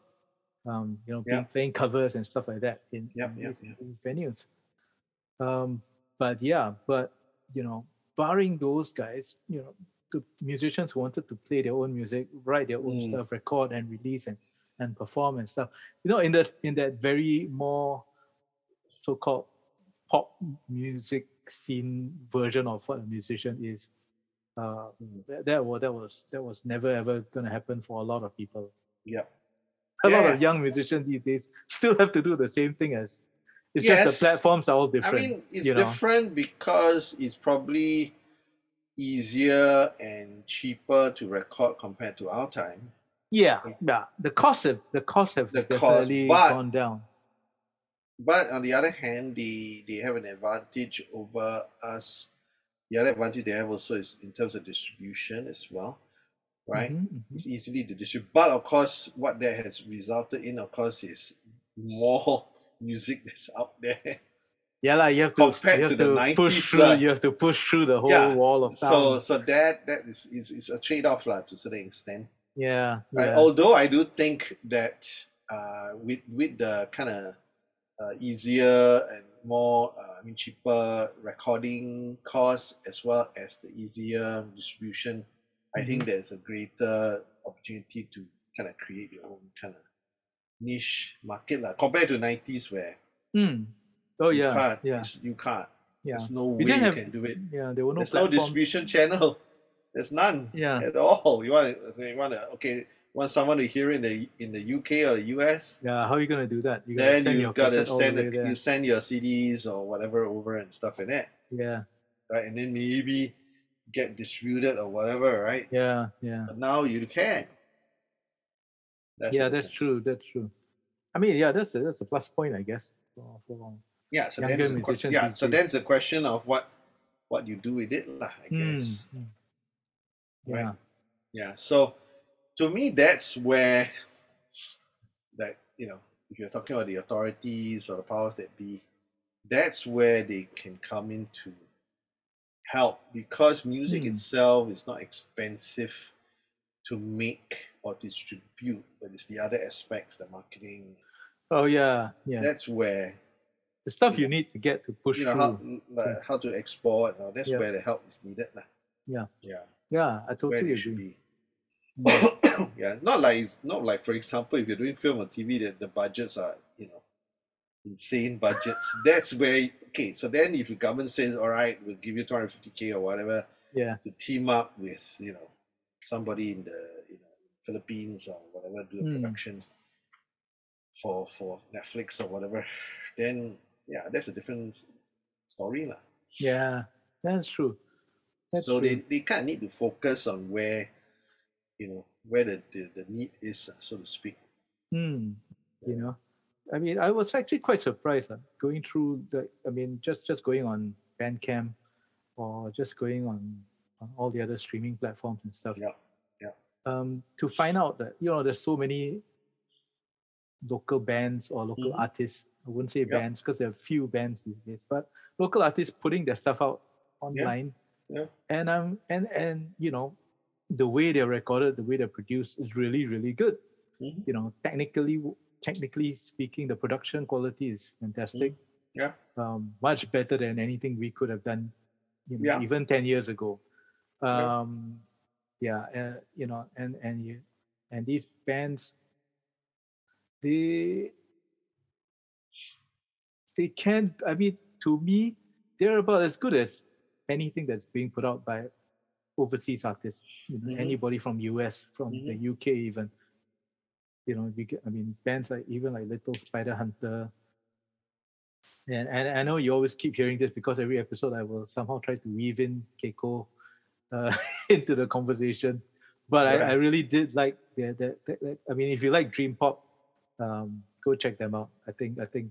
um, you know being-
Yeah.
playing covers and stuff like that in,
Yep,
in
yep,
these-
yep.
these venues um, but yeah but you know barring those guys you know the musicians who wanted to play their own music write their own
Mm.
stuff record and release and, and perform and stuff you know in that in that very more so-called pop music scene version of what a musician is. Uh,
Mm.
that, that was that was that was never ever going to happen for a lot of people.
Yep.
A lot
Yeah.
of young musicians these days still have to do the same thing as. It's just
Yes.
the platforms are all different.
I mean, it's
you know?
different because it's probably easier and cheaper to record compared to our time.
yeah, yeah. The costs have the costs have
The cost,
definitely
but-
gone down.
But on the other hand, they, they have an advantage over us. The other advantage they have also is in terms of distribution as well, right?
Mhm, mhm.
It's easily to distribute. But of course, what that has resulted in, of course, is more music that's out there.
Yeah, like you have to,
Compared
you have
to
to,
the
push
90s
through.
lah.
You have to push through the whole
Yeah,
wall of
So
sound.
so that that is is, is a trade off lah to a certain extent.
yeah,
Right?
yeah.
Although I do think that uh, with with the kind of uh, easier and more uh, I mean cheaper recording costs as well as the easier distribution, I
Mm-hmm.
think there's a greater opportunity to kind of create your own kind of niche market lah. compared to 90s where
Mm. Oh
you
yeah,
can't
yeah,
it's- you can't
yeah.
there's no
We
way
didn't
you
have-
can do it
Yeah, there were no
there's no
platforms.
distribution channel. There's none
Yeah.
at all. You want to, you want to, okay, want someone to hear in the in the UK or the US,
Yeah, how are you gonna do that? You
then you gotta
cassette all the
send
way
the,
there.
you send your CDs or whatever over and stuff in it,
Yeah,
right? And then maybe get distributed or whatever, right?
yeah, yeah.
But now you can. That's
yeah,
the
that's
difference.
true. That's true. I mean, yeah, that's a, that's a plus point, I guess. For, for,
Yeah, so
Younger
then it's a que-
musicians
yeah,
these
so
days.
then it's a question of what what you do with it, lah, I guess.
Mm, mm.
Right.
Yeah,
Yeah. So to me, that's where that you know, if you're talking about the authorities or the powers that be, that's where they can come in to help because music
Hmm.
itself is not expensive to make or distribute, but it's the other aspects, the marketing.
Oh yeah, yeah.
That's where
the stuff you need to get to push
you know
through.
how like, how to export. Or that's
Yeah.
where the help is needed. lah.
Yeah.
Yeah.
yeah, I
where
totally
they should
agree.
be. yeah, not like it's- not like for example, if you're doing film or TV, that the budgets are you know insane budgets. That's where okay. So then, if the government says, "All right, we'll give you 250k or whatever
Yeah,
to team up with you know somebody in the you know Philippines or whatever do a
Mm.
production for for Netflix or whatever," then yeah, that's a different story lah.
yeah, that's true. That's
so
true.
they, they kind of need to focus on where you know where the, the, the need is uh, so to speak
Hmm. You know, I mean, I was actually quite surprised uh, going through the. I mean, just just going on Bandcamp, or just going on on all the other streaming platforms and stuff.
Yeah, yeah.
Um, to find out that you know, there's so many local bands or local
Mhm.
artists. I wouldn't say
Yeah.
bands because there are few bands these days, but local artists putting their stuff out online.
Yeah.
And um and and you know, the way they're recorded, the way they're produced is really really good
Mm-hmm.
you know technically technically speaking the production quality is fantastic
Mm-hmm. Yeah.
um, much better than anything we could have done you know,
Yeah.
even 10 years ago
Yeah.
um, yeah uh, you know and and you and these bands they they can i mean to me they're about as good as anything that's being put out by overseas artists you know,
Mhm.
anybody from us from
Mhm.
the uk even you know you get, i mean bands like even like little spider hunter and, and i know you always keep hearing this because every episode i will somehow try to weave in keiko uh, into the conversation but I, I
Right.
really did like the, the, the, the- i mean if you like dream pop um, go check them out. I think I think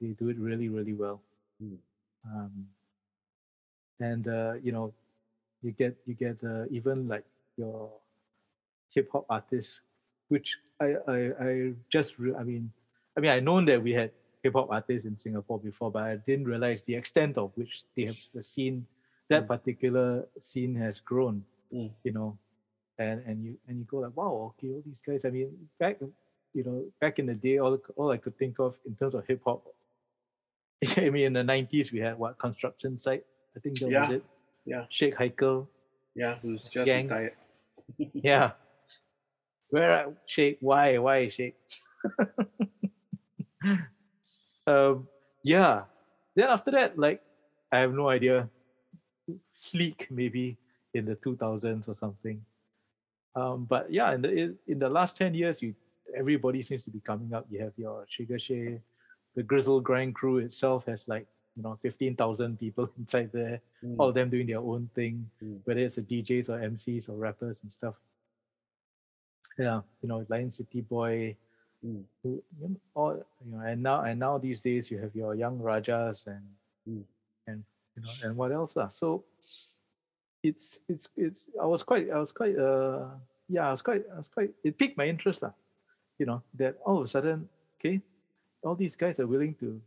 they do it really really well.
Mm.
Um, and uh, you know, you get you get uh, even like your hip hop artists, which I I, I just re- I mean I mean I known that we had hip hop artists in Singapore before, but I didn't realize the extent of which they have the scene that
Mm.
particular scene has grown.
Mm.
You know, and and you and you go like wow okay all these guys. I mean back you know back in the day all all I could think of in terms of hip hop. I mean in the nineties we had what construction site. I think that
Yeah.
was it.
Yeah.
Sheikh Heikel.
Yeah, who's just
Gang.
retired.
Yeah. Where are Sheikh? Why? Why Sheikh? um, yeah. Then after that, like, I have no idea. Sleek, maybe in the 2000s or something. Um, but yeah, in the in the last 10 years, you everybody seems to be coming up. You have your Shigashe, the Grizzle Grind crew itself has like you know 15,000 people inside there
Mm.
all of them doing their own thing,
Mm.
whether it's the DJs or MCs or rappers and stuff. Yeah, you know, Lion City Boy,
Mm.
who, you know, all you know, and now and now these days you have your young Rajas and
Mm.
and you know and what else lah. So it's it's it's I was quite I was quite uh yeah I was quite I was quite it piqued my interest lah. You know that all of a sudden okay, all these guys are willing to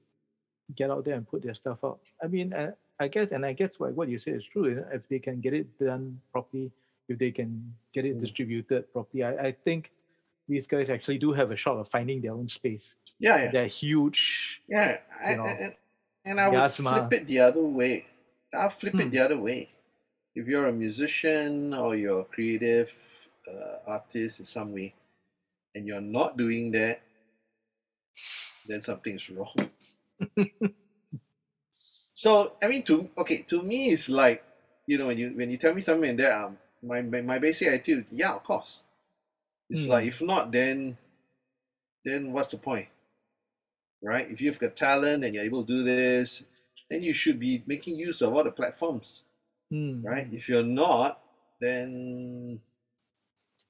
get out there and put their stuff out. I mean, I, I guess, and I guess what, what you say is true. you know, If they can get it done properly, if they can get it
Mm.
distributed properly, I, I think these guys actually do have a shot of finding their own space.
Yeah, yeah.
They're huge.
Yeah, I,
you know.
I- and, and I would
Yasma.
flip it the other way. I'll flip it
Hmm.
the other way. If you're a musician or you're a creative uh, artist in some way, and you're not doing that, then something's wrong. so I mean, to okay, to me, it's like you know when you when you tell me something and that um, my my my basic attitude, yeah, of course. It's
Hmm.
like if not, then then what's the point? right? If you've got talent and you're able to do this, then you should be making use of all the platforms,
Mm.
right? If you're not, then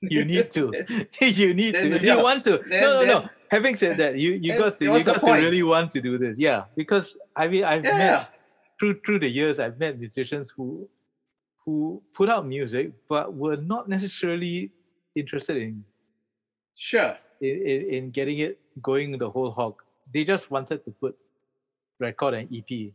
You need to. you need
Then,
to. If
yeah,
you want to.
then-
no, no, no.
then-
Having said that, you, you
then
got to you
what's the
got to
point?
really want to do this. Yeah, because I mean I've met
yeah,
through through the years I've met musicians who who put out music but were not necessarily interested in
sure,
in, in, in getting it going the whole hog. They just wanted to put record an EP, you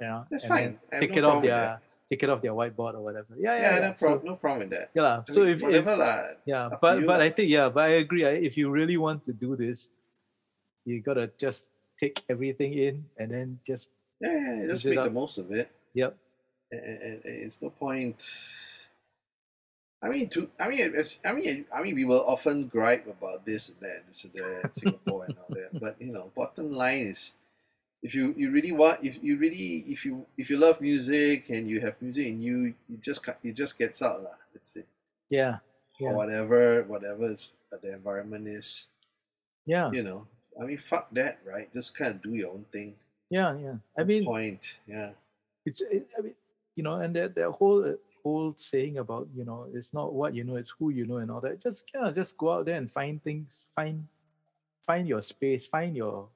know,
That's
and
fine.
then
I have
Take
no
it off
problem with
their take it off their whiteboard or whatever. Yeah, yeah,
yeah,
yeah.
no,
So-
problem, no problem with that.
yeah, lah.
I
so
mean,
if, if
whatever lah,
yeah,
Up to
but
you
but
lah.
I think yeah, but I agree. I- If you really want to do this, you gotta just take everything in and then just
yeah, yeah, yeah, just
Use it
make the
up.
most of it.
yep.
And, and, and it's no point. I mean, to I mean, it's, I mean, I mean, we will often gripe about this and that, this and that, Singapore and all that. But you know, bottom line is, if you you really want, if you really if you if you love music and you have music in you, it just ca- it just gets out lah. That's it.
Yeah. Yeah.
Or whatever, whatever is, the environment is,
Yeah.
you know. I mean, fuck that, right? Just kind of do your own thing.
Yeah. Yeah. I mean
Point, yeah.
it's it, I mean, you know, and that that whole uh, whole saying about you know it's not what you know, it's who you know, and all that. Just yeah, just go out there and find things, find find your space, find your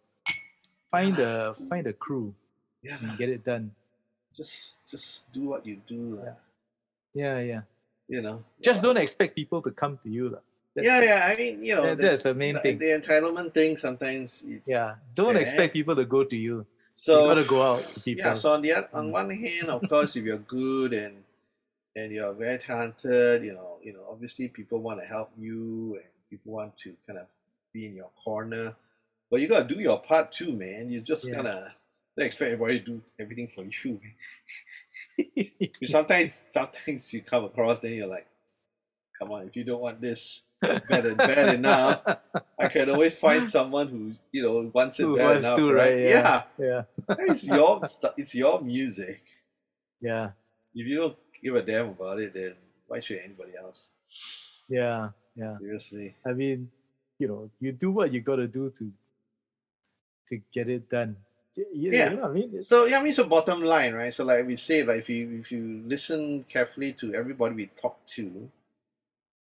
find a find a crew
Yeah,
and get it done.
just just do what you do, lah.
Yeah. Yeah, yeah.
you know.
Just
Yeah.
don't expect people to come to you. lah. That's
yeah,
the-
yeah. I mean, you know,
that-
there's-
that's the main
you know,
thing.
The entitlement thing sometimes. It's,
Yeah, don't
Yeah.
expect people to go to you.
So
you gotta go out to people. Mm.
Yeah. So on the oth- on one hand, of course, if you're good and and you're very talented, you know, you know, obviously people want to help you and people want to kind of be in your corner, but you gotta do your part too, man. You just
Yeah.
gotta don't expect everybody to do everything for you. Because sometimes sometimes you come across then you're like come on if you don't want this better bad enough i can always find someone who you know wants it
Who
bad
wants
enough
to,
right,
right?
yeah,
yeah,
it's your stu- it's your music
yeah,
if you don't give a damn about it then why should anybody else
yeah, yeah.
seriously
I mean, you know, you do what you gotta do to to get it done. Y- You, you
Yeah.
know what I mean? It's-
so yeah i mean it's a bottom line right so like we say like if you if you listen carefully to everybody we talk to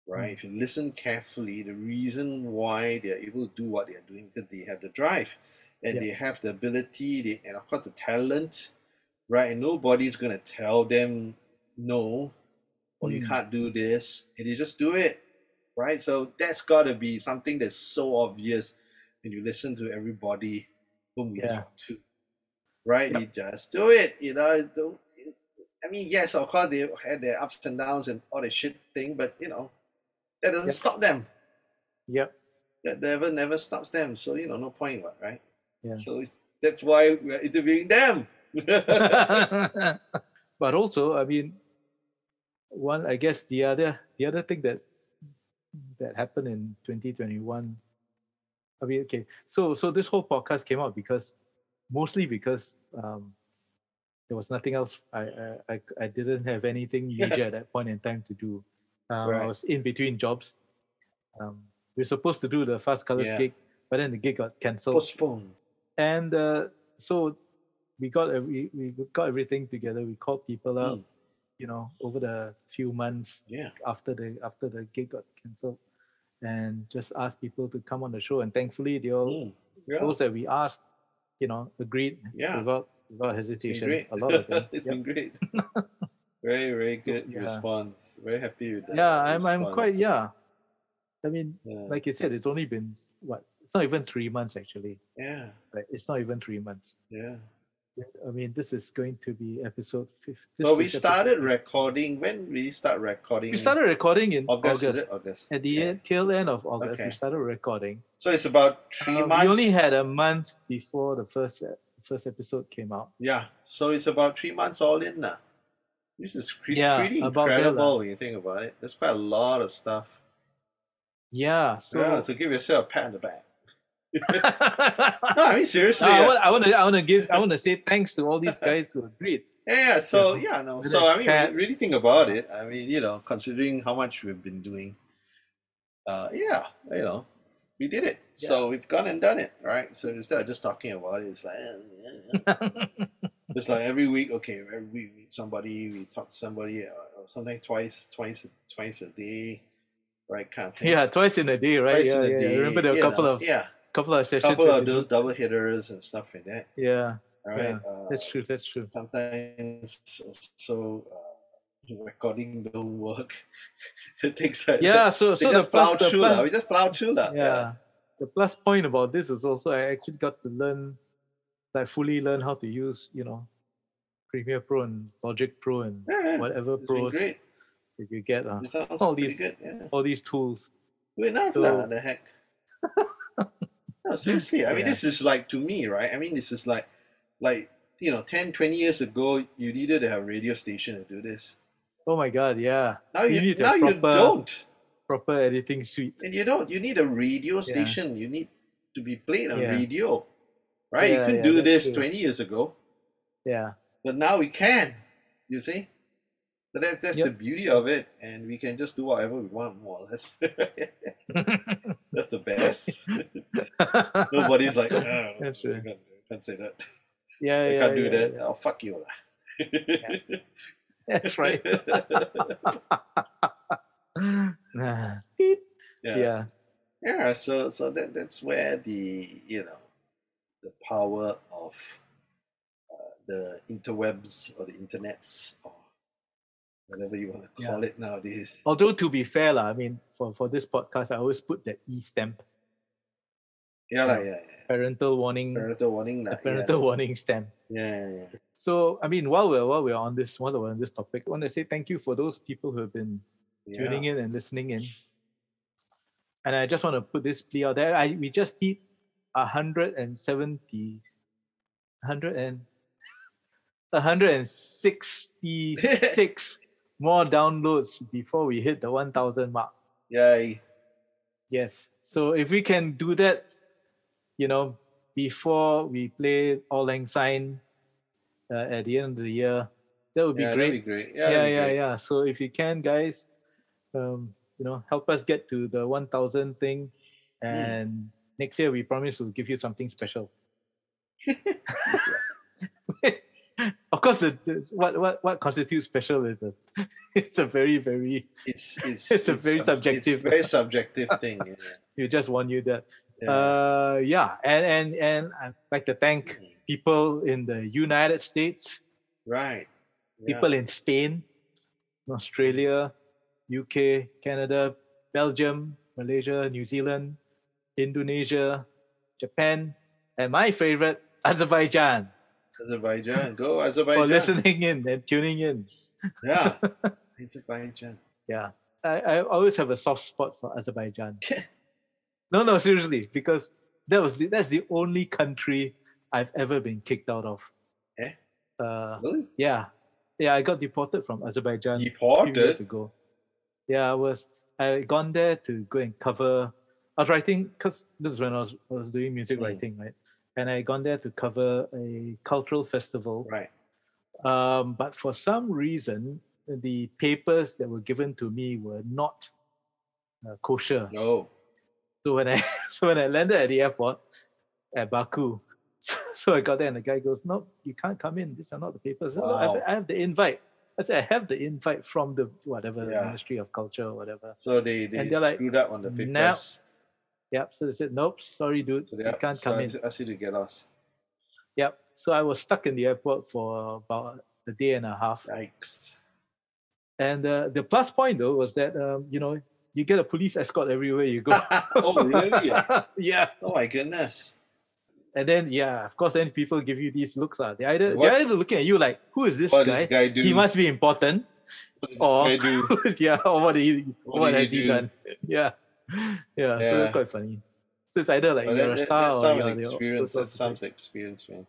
right? If you listen carefully, the reason why they are able to do what they are doing because they have the drive, and
Yeah.
they have the ability, they, and of course the talent, right? And nobody's gonna tell them no, or Oh, you
Mm.
can't do this, and they just do it, right? So that's gotta be something that's so obvious when you listen to everybody whom we
Yeah.
talk to, right? You just do it, you know. Don't. I mean, yes, of course they had their ups and downs and all that shit thing, but you know, that doesn't
Yep.
stop them.
Yep.
That never never stops them. So you know, no point, what, right?
Yeah.
So it's, that's why we're interviewing them.
but also, I mean, one, I guess the other, the other thing that that happened in 2021. I mean, okay, so so this whole podcast came out because mostly because um, there was nothing else. I I, I, I didn't have anything major at that point in time to do. Um, I
Right.
was in between jobs. Um, we were supposed to do the fast colors
Yeah.
gig, but then the gig got cancelled
Postpone.
and uh, so we got every, we got everything together. We called people up,
Mm.
you know, over the few months
Yeah.
after the after the gig got cancelled, and just asked people to come on the show. And thankfully, they all
Mm. Yeah.
those that we asked, you know, agreed
Yeah.
without without
It's been
hesitation.
great.
A lot of them.
It's
Yep.
been great. very very good
Yeah.
response. Very happy with that.
yeah, I'm I'm quite
response.
yeah. I mean,
Yeah.
like you said, it's only been what? It's not even three months actually.
yeah.
Right? It's not even three months.
Yeah.
I mean, this is going to be episode fifty.
So we started recording. When we start recording?
We started recording in
August.
August.
is it? August.
At the
Yeah.
end, tail end of August, we
Okay.
started recording.
So it's about three
Uh,
months.
We only had a month before the first e- first episode came out.
Yeah, so it's about three months all in now. This is cre-
Yeah,
pretty
about there
incredible
lah.
when you think about it. There's quite a lot of stuff.
Yeah. So.
yeah, so give yourself a pat on the back. No, I mean seriously.
No, I
yeah.
want. I want to. I want to give. I want to say thanks to all these guys who agreed.
yeah, yeah, so yeah, no.
Whether
So I
it's
mean,
pat-
re- really think about it. I mean, you know, considering how much we've been doing, uh, yeah, you know, we did it.
Yeah.
So we've gone and done it, right? So instead of just talking about it, it's like. eh, eh, eh. It's like every week, okay, every week we meet somebody, we talk to somebody, uh, sometimes twice, twice, twice a day, right? Kind of thing.
yeah, twice in a day, right?
twice
yeah,
in a
yeah.
day.
I remember there were a
you
couple
know,
of
yeah,
couple of sessions.
couple
where
of
we
those
did-
double hitters and stuff like that,
Yeah,
right? uh,
that's true. That's true.
Sometimes so uh, recording don't work. Things like
Yeah.
that.
So
They
so the
just plow
plus, the
through
plus-
lah. We just plow through lah.
yeah. The plus point about this is also I actually got to learn, like fully learn how to use, you know, Premiere Pro and Logic Pro and
yeah, yeah.
whatever
It's been
pros that
great.
you get. Uh,
It sounds
all
pretty
these-
good. Yeah.
all these tools.
Good enough,
So-
lah, the heck. no, seriously. I mean,
Yeah.
this is like to me, right? I mean, this is like, like you know, 10, 20 years ago, you needed to have a radio station to do this.
Oh my God, yeah.
Now
You
you,
need a
now you
proper-
don't,
Proper editing suite.
and you don't. You need a radio station. You need to be played on
Yeah.
radio, right?
Yeah,
you couldn't
yeah,
do
that's
this
true.
twenty years ago,
Yeah.
but now we can. You see, so that, that's the beauty of it, and we can just do whatever we want, more or less. that's the best. Nobody's like, oh,
That's
I
right.
can't, I can't say that.
yeah,
I
yeah.
can't do
yeah,
that.
yeah.
Oh, fuck you. lah.
That's right. yeah.
yeah.
yeah.
Yeah. So, so that that's where the you know the power of uh, the interwebs or the internets or whatever you want to
Yeah.
call it nowadays.
Although to be fair, lah, I mean, for, for this podcast, I always put the e stamp,
Yeah, lah, yeah, yeah.
parental warning,
Parental warning, lah.
the parental warning stamp.
Yeah, yeah, yeah.
So, I mean, while we're while we're on this, while we're on this topic, I want to say thank you for those people who have been
yeah.
tuning in and listening in. And I just want to put this plea out there. I we just need 170, 100 and 166 more downloads before we hit the 1,000 mark.
Yay.
Yes. So if we can do that, you know, before we play All Lang Syne uh, at the end of the year, that would be
yeah,
great
That'd be great. Yeah,
yeah,
that'd be
yeah,
great.
yeah. So if you can, guys, um, you know, help us get to the one thousand thing,
Hmm.
and next year we promise we'll give you something special. of course, the, the- what what what constitutes special is a it's a very very
It's it's
It's a very
sub-
subjective-
It's very subjective thing. yeah.
you just want you that
Yeah.
uh yeah and and and I'd like to thank people in the United States,
right. Yeah.
people in Spain, Australia, UK, Canada, Belgium, Malaysia, New Zealand, Indonesia, Japan, and my favorite Azerbaijan
Azerbaijan, go
for
Azerbaijan.
listening in and tuning in.
Yeah, Azerbaijan.
Yeah. I, I always have a soft spot for Azerbaijan. no, no, seriously, because that was the, that's the only country I've ever been kicked out of.
Eh?
Uh,
Really?
yeah. Yeah, I got deported from Azerbaijan few years
Deported.
ago. Yeah, I was I gone there to go and cover. I was writing because this is when I was, I was doing music
Mm.
writing, right? And I gone there to cover a cultural festival
Right.
um, but for some reason, the papers that were given to me were not uh, kosher.
Oh.
So when I so when I landed at the airport at Baku, so, I got there and the guy goes, "No, you can't come in. These are not the papers. "No, no, I, have,
Wow.
I have the invite." I said, "I have the invite from the whatever the
Yeah.
Ministry of Culture or whatever."
So they, they
And they're like,
screwed up on the papers.
"No." Yep. So they said, "Nope, sorry, dude,
So they
you can't
so
come
I
in."
asked you to get lost.
Yep. So I was stuck in the airport for about a day and a half.
Yikes.
And uh, the plus point though was that um, you know you get a police escort everywhere you go.
oh really?
yeah.
Oh my goodness.
And then yeah, of course, then people give you these looks. Uh, they either
What?
they're either looking at you like, who is this
What did
guy?
this guy do?
He must be important.
What did this
or-
guy do?
yeah. Or what, he,
What
what,
did he
has he,
do?
done? Yeah. yeah. So
Yeah.
that's quite funny. So it's either like
Well,
you're
that,
a
that,
star
that's
or
some
you're the-
experience.
the-
That's some experience, man.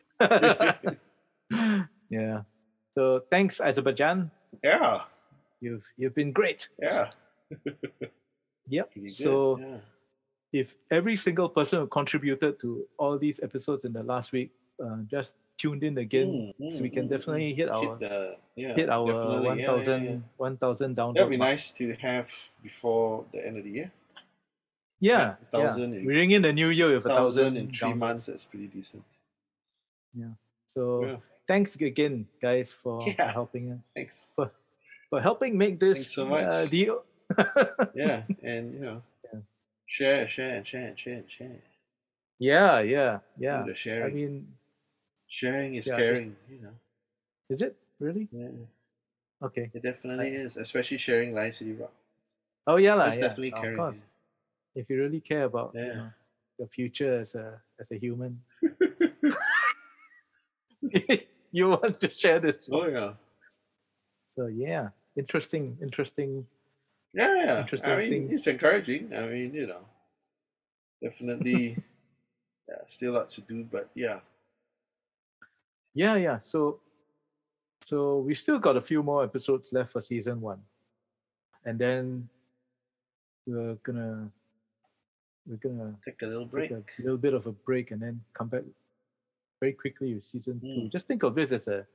yeah. So thanks, Azerbaijan.
Yeah,
You've you've been great.
yeah.
Yep.
Pretty good,
So
yeah.
if every single person who contributed to all these episodes in the last week uh, just tuned in again,
Mm, mm,
so we can
mm, mm.
definitely hit our
hit the yeah,
hit our
definitely.
1,000
Yeah, yeah, yeah.
1,000 download.
That'd be
mark.
nice to have before the end of the year.
Yeah,
Yeah,
yeah.
1,000 in-
We ring in the new year with a thousand,
Thousand in three
downloads.
months. That's pretty decent.
So
Yeah.
thanks again, guys, for, for
Yeah.
helping
Thanks.
for helping make this
Thanks so much.
Uh, the
Yeah, and you know,
Yeah.
share, share, share, share, share. Do
yeah, yeah, yeah.
the
I
sharing.
mean,
sharing is
yeah, just-
caring. You know,
is it really
yeah,
okay?
it definitely is. Especially sharing Lion City Rock.
Oh yeah, lah.
That's
Yeah,
definitely
of
caring.
course. If you really care about you
Yeah.
know, your future as a as a human, you want to share this.
Oh yeah.
So yeah, interesting, interesting.
Yeah, yeah.
Interesting
I mean,
thing.
it's encouraging. I mean, you know, definitely, yeah, still lots to do, but yeah,
Yeah, yeah. So, so we still got a few more episodes left for season one, and then we're gonna we're gonna
take a little break.
take a little bit of a break and then come back very quickly with season two.
Mm.
Just think of this as a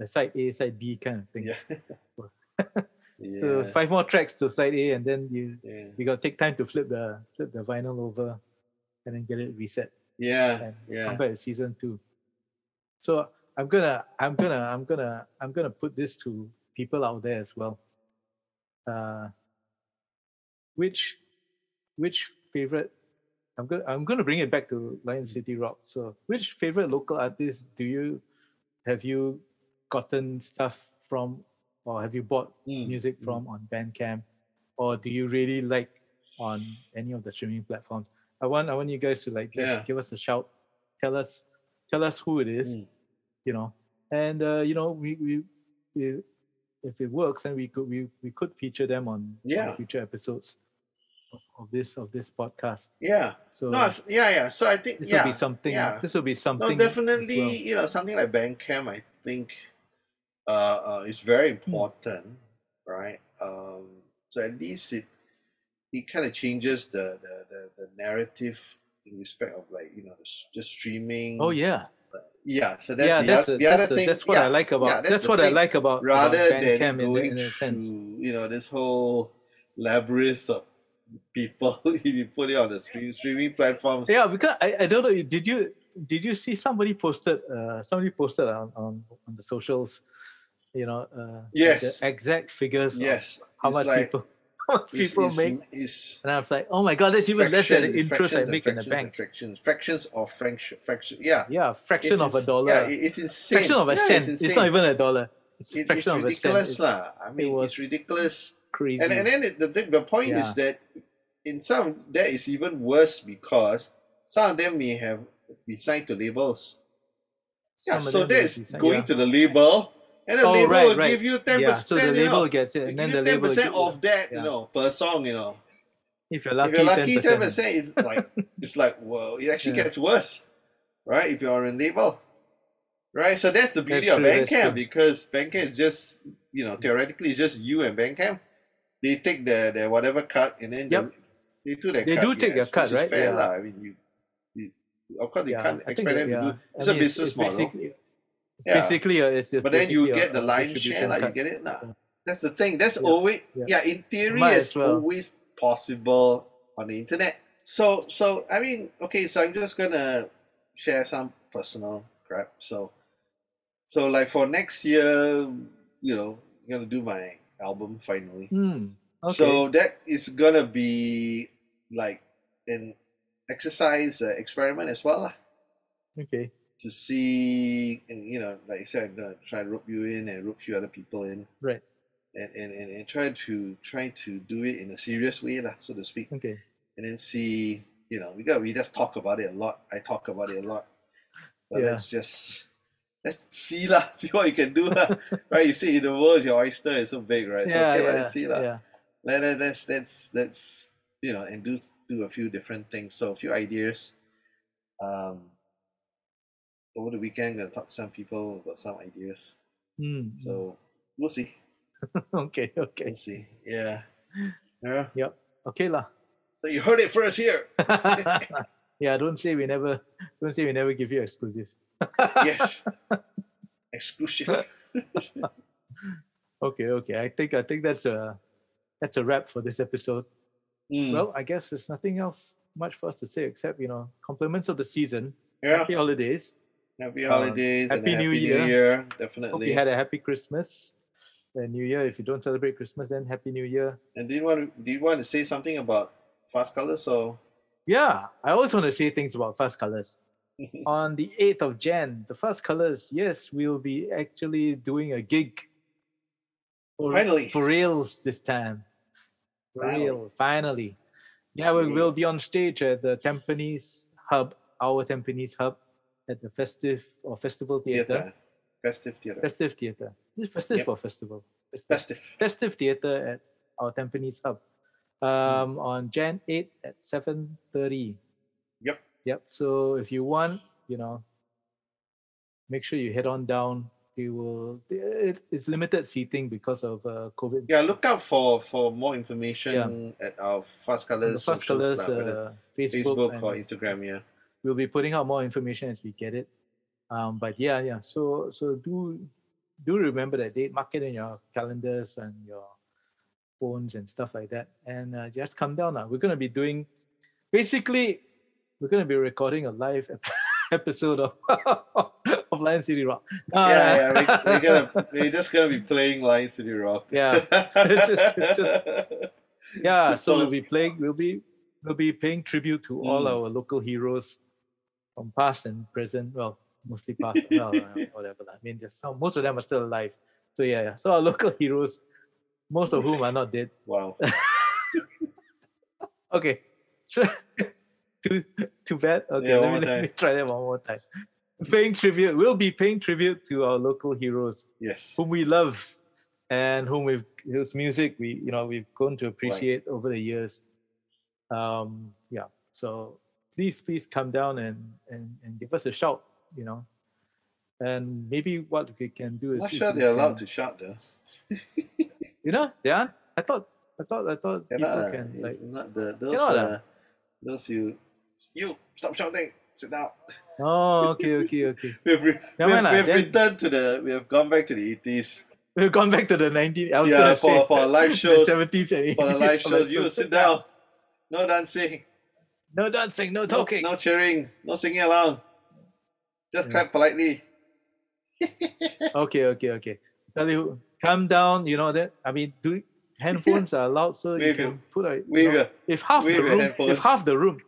a side A, side B kind of thing.
Yeah.
So
yeah.
five more tracks to side A, and then you
yeah.
you gotta take time to flip the flip the vinyl over, and then get it reset.
Yeah.
and
Yeah.
compared to season two. So I'm gonna, I'm gonna, I'm gonna, I'm gonna put this to people out there as well. Uh, which, which favorite? I'm gonna, I'm gonna bring it back to Lion
Mm.
City Rock. So, which favorite local artist do you have you gotten stuff from, or have you bought
Mm,
music
mm.
from on Bandcamp, or do you really like on any of the streaming platforms? I want I want you guys to like just
Yeah.
give us a shout, tell us tell us who it is,
Mm.
you know, and uh, you know we, we we if it works then we could we we could feature them on,
Yeah.
on future episodes of, of this of this podcast.
Yeah.
So
No, it's- yeah, yeah. So I think,
this
yeah.
will be something.
yeah.
This will be
No,
something. as
definitely,
well.
you know, something like Bandcamp, I think, uh, uh, is
Hmm.
very important, right? Um, so at least it it kind of changes the, the, the, the narrative in respect of like you know the s- just streaming.
Oh yeah,
yeah. So that's
yeah.
the,
That's,
oth-
a-
the
that's
other
a-
thing.
That's what
yeah,
I like about.
yeah, that's
that's
the
what I
thing.
like about about
rather
Bandcamp
than it
in, the-
going
in a sense.
through you know this whole labyrinth of people if you put it on the stream, streaming platforms.
Yeah, because I, I don't know. Did you did you see somebody posted? Uh, somebody posted on, on on the socials. You know. Uh,
Yes.
The exact figures. of
Yes.
How
it's
much
like-
people? How much
it's-
people
it's-
make?
it's
And I was like, oh my god, that's even less than the
fractions,
interest I
fractions and
make in the
fractions and
bank.
Fractions, fractions of fraction, fraction. Yeah.
Yeah, fraction
It's
of a
ins-
dollar.
Yeah, it- it's insane.
fraction of a
Yeah,
cent. It's,
It's, insane.
not even a dollar. It's
It- it's
fraction of a cent.
ridiculous,
It's
lah. I mean,
was
it's ridiculous.
crazy.
And, and then it, the, thing- the point is that in some that is even worse because some of them may have be signed to labels. Yeah,
Some of
so
them may
that's
be signed-
going
yeah.
to the label, and the
Oh,
label
right,
will
right.
give you ten
yeah, so
percent.
the
you
label
know,
gets it, and
They give
then
you
the
ten
label.
percent off that,
yeah.
you know, per song, you know.
If you're lucky,
if you're lucky, ten
10%.
percent is like it's like whoa, it actually
Yeah.
gets worse, right? If you're on label, right? So that's the beauty
That's
of
true, that's true.
Bandcamp because Bandcamp is just you know theoretically it's just you and Bandcamp. They take their, their whatever cut and then
Yep.
they, they do their
They
cut,
do take their
which
cut,
is
right?
Fair
Yeah.
lah. I mean you, you of course they
Yeah,
can't
I
expect
think
them
that- yeah.
to do. It's
I
a
mean,
business model,
basically- It's
Yeah.
basically, a, it's just
but then you
basically a-
get the
a
lion's share,
distribution
like you
cut.
get it lah.
Yeah.
That's the thing. That's
Yeah,
always
yeah.
yeah. In theory,
Might
it's
as well.
always possible on the internet. So so I mean, okay. So I'm just gonna share some personal crap. So so like for next year, you know, I'm gonna do my album finally.
Hmm, okay.
So that is gonna be like an exercise uh, experiment as well lah
okay.
to see and you know like I said I'm gonna try to rope you in and rope few other people in
Right.
and and, and, and try to try to do it in a serious way lah, so to speak
Okay.
and then see you know we got we just talk about it a lot I talk about it a lot but
Yeah.
let's just let's see lah see what you can do lah right you see the world is your oyster is so big right so
yeah,
okay, lah,
yeah,
let's see lah
yeah.
let, let, let's let's let's you know and do do a few different things so a few ideas um over the weekend gonna talk to some people about some ideas
Hmm,
so we'll see
okay, okay.
we'll see yeah yeah
Okay lah.
so you heard it first here
yeah, don't say we never don't say we never give you exclusive.
yes exclusive
Okay, okay. I think I think that's a that's a wrap for this episode.
Mm,
Well, I guess there's nothing else much for us to say except, you know, compliments of the season.
yeah
Happy holidays.
happy
um,
holidays and a
Happy New
happy
Year.
new year
Hope you
definitely
had a happy Christmas. And New Year. If you don't celebrate Christmas, then Happy New Year.
and do you want to do you want to say something about fast colors or
Yeah, I always want to say things about Fast Colors. On the 8th of Jan, the Fast Colors, yes, we'll be actually doing a gig. For,
Finally.
For reals this time. For
Finally.
real, finally. Yeah, we
Yeah.
will be on stage at the Tampines Hub, our Tampines Hub, at the Festive or Festival
theater
Theatre.
festive theater
Festive Theatre. Is it Festive
Yep.
or Festival? Festive.
festive
Festive Theatre at our Tampines Hub um,
Hmm.
on Jan 8 at 7.30.
Yep.
Yep. So if you want, you know, make sure you head on down. We will, it, it's limited seating because of uh, COVID.
Yeah, look out for for more information at our Fast
The
Colors,
Fast
socials,
Colors,
lah, whether
uh, Facebook,
Facebook,
and
or Instagram. Yeah,
we'll be putting out more information as we get it. Um, but yeah, yeah. So so do do remember that date. Mark it in your calendars and your phones and stuff like that. And uh, just come down now. We're gonna be doing basically we're gonna be recording a live ep- episode of of Lion City Rock. No,
yeah, yeah.
no.
we, we're gonna we're just gonna be playing Lion City Rock.
yeah It's just- it's yeah. So we'll be playing. We'll be we'll be paying tribute to all
Mm.
our local heroes from past and present. Well, mostly past. well, uh, whatever. lah. I mean, there's some, most of them are still alive. So yeah, yeah. So our local heroes, most of whom are not dead.
wow.
Okay. too too bad. Okay,
Yeah,
let,
one
me,
more
let me
time.
try that one more time. Paying tribute. We'll be paying tribute to our local heroes
Yes.
whom we love and whom we've whose music we you know we've grown to appreciate over the years um yeah so please please come down and and, and give us a shout you know and maybe what we can do is
Not
see if
sure
we
they're allowed
can-
to shout though.
you know they aren't i thought i thought i thought
They're
people
not, uh,
can like
not the those
not, uh,
uh, those you you stop shouting. Sit down.
oh okay okay okay
We've, re-
Yeah,
we've,
man, uh,
we've
then-
returned to the we have gone back to the eighties.
we've gone back to the 19 i was
Yeah,
gonna
for-
say
for our live
the
shows-
70s
For the
and 80s,
live
I'm like,
shows, you sit down. No dancing.
no dancing no
No-
talking
No, cheering. No singing along. Just clap politely.
Okay, okay, okay. Tell you, calm down. You know that. I mean, do handphones are allowed, so you
Wave
can
your-
put a you
wave
know,
your-
if half
wave
the
your
room, if
handphones.
half the room,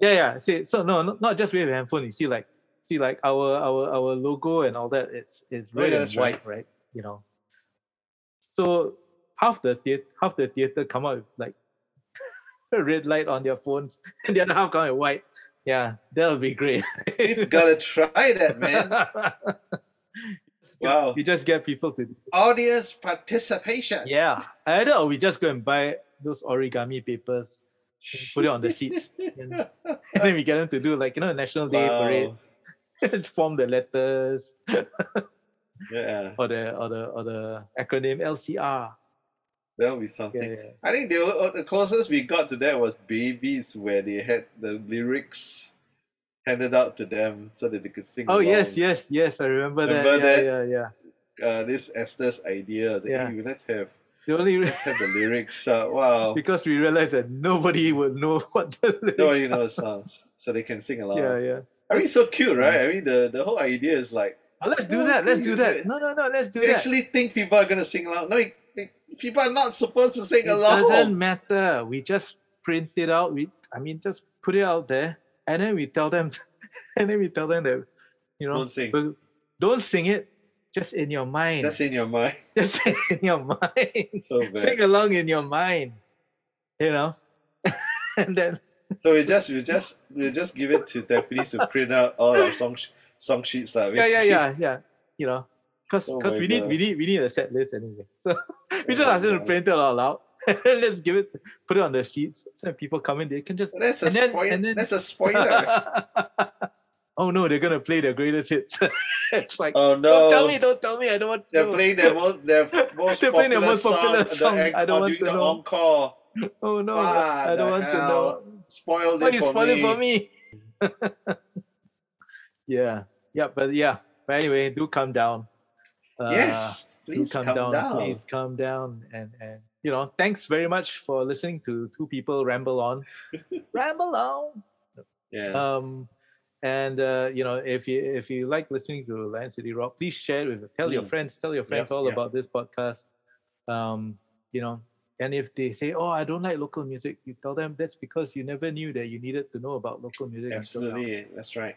yeah, yeah. See, so no, no not just wave your handphone. You see, like, see, like our our our logo and all that. It's it's
Oh,
red
yeah,
and
that's right.
white, right. You know. So half the theater, half the theater come out with like a red light on their phones, and the other half come out with white. Yeah, that'll be great.
You've got to try that, man. Wow.
you just get people to
Audience participation.
Yeah, either or we just go and buy those origami papers, and put it on the seats, and, and then we get them to do like you know National Day
Wow.
parade, form the letters
Yeah,
or the or the or the acronym LCR.
that would be something.
Yeah, yeah.
I think they were, the closest we got to that was babies, where they had the lyrics handed out to them so that they could sing.
Oh yes,
along.
yes, yes. I remember,
Remember
that.
that?
Yeah, yeah, yeah.
Uh, this Esther's idea. I was Like,
Yeah.
"Hey, let's have
The only re-
let's have the lyrics. Uh, wow,
because we realized that nobody will know what the lyrics.
nobody knows songs, so they can sing along.
Yeah, yeah.
I mean, it's so cute, right? I mean, the, the whole idea is like
Oh, let's do
No,
that. Let's
you
do
do
that.
it.
No, no, no. Let's do
you
that.
actually think people are gonna sing along. No, you- you- people are not supposed to sing
It
along.
doesn't matter. We just print it out. We, I mean, just put it out there, and then we tell them, and then we tell them that, you know,
Don't sing.
but don't sing it. Just in your mind.
That's in your mind.
Just sing in your mind.
So
sing
bad.
along in your mind. You know, and then
So we just we just we just give it to Japanese to print out all our song sh- song sheets lah.
yeah, yeah,
basically.
yeah, yeah. You know, because
Oh my
we need
God.
we need we need a set list anyway. So we
Oh
just
my
ask them to
God.
print it all out. Let's give it, put it on the sheets. So when people come in, they can just
Well, That's a
And then-
spoiler.
and then-
That's a spoiler.
oh no, they're gonna play the greatest hits. it's like
oh
don't
no!
tell me, don't tell me, I don't want to.
They're
know.
playing their most their f- most
They're
popular,
playing their most popular song.
The,
I don't
or
want
doing
to
the
know.
encore.
Oh no,
Ah,
I don't
the
want to
hell.
know.
Spoiled
Why
it
you
for
spoil
me.
it for me? yeah, yeah, but yeah. But anyway, do come down. Uh,
yes,
do
please
come,
come,
down.
down.
Please come down and and you know, thanks very much for listening to two people ramble on, ramble on.
Yeah,
Um, and uh, you know, if you if you like listening to Lion City Rock, please share it with tell your
Mm.
friends, tell your friends
Yep,
all
yep.
about this podcast. Um, you know, and if they say, "Oh, I don't like local music," you tell them that's because you never knew that you needed to know about local music. until now.
absolutely. That's right.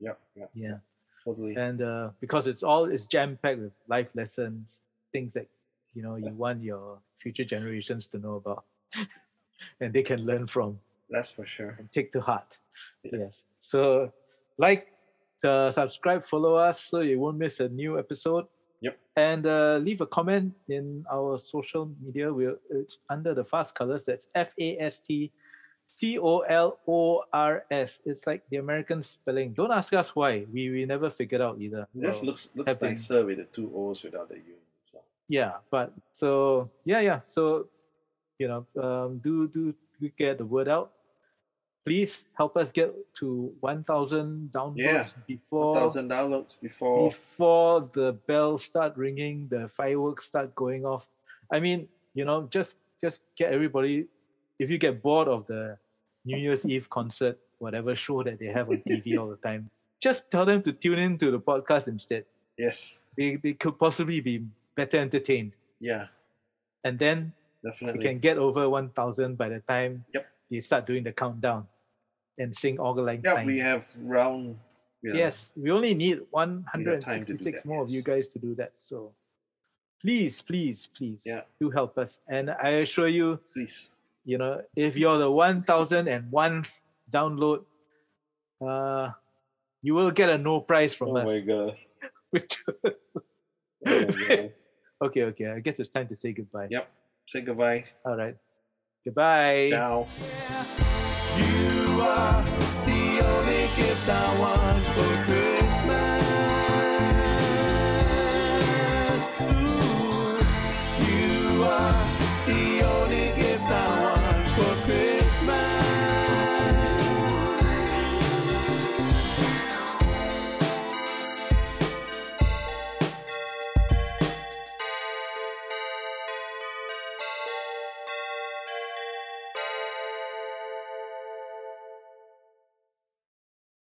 Yep, yep,
Yeah,
totally.
and uh, because it's all it's jam packed with life lessons, things that you know you want your future generations to know about, and they can learn from
That's for sure.
and take to heart.
Yeah.
Yes. So, like, uh, subscribe, follow us so you won't miss a new episode.
Yep.
And uh, leave a comment in our social media. We're it's under the Fast Colors. That's F A S T C O L O R S. It's like the American spelling. Don't ask us why. We we never figured out either.
It just
So,
looks looks
happen.
nicer with the two O's without the U. So.
yeah. But so yeah, yeah. So you know, um, do do do get the word out. Please help us get to 1,000 downloads
Yeah,
before
thousand downloads before.
before the bells start ringing, the fireworks start going off. I mean, you know, just just get everybody. If you get bored of the New Year's Eve concert, whatever show that they have on TV all the time, just tell them to tune in to the podcast instead.
Yes.
They they could possibly be better entertained,
Yeah.
and then we
Definitely.
can get over one thousand by the time
Yep.
they start doing the countdown and sing Augur Lang
yeah,
Syne.
we have round. You know,
Yes, we only need
time to do
166
that,
more of you
yes.
guys to do that. So please, please, please
Yeah.
do help us. And I assure you,
Please.
you know, if you're the 1001th download, uh, you will get a no prize from
Oh
us.
my god.
Which,
Oh my god.
okay, okay. I guess it's time to say goodbye.
Yep. Say goodbye.
All right. Goodbye.
Now.
You are the only gift I want.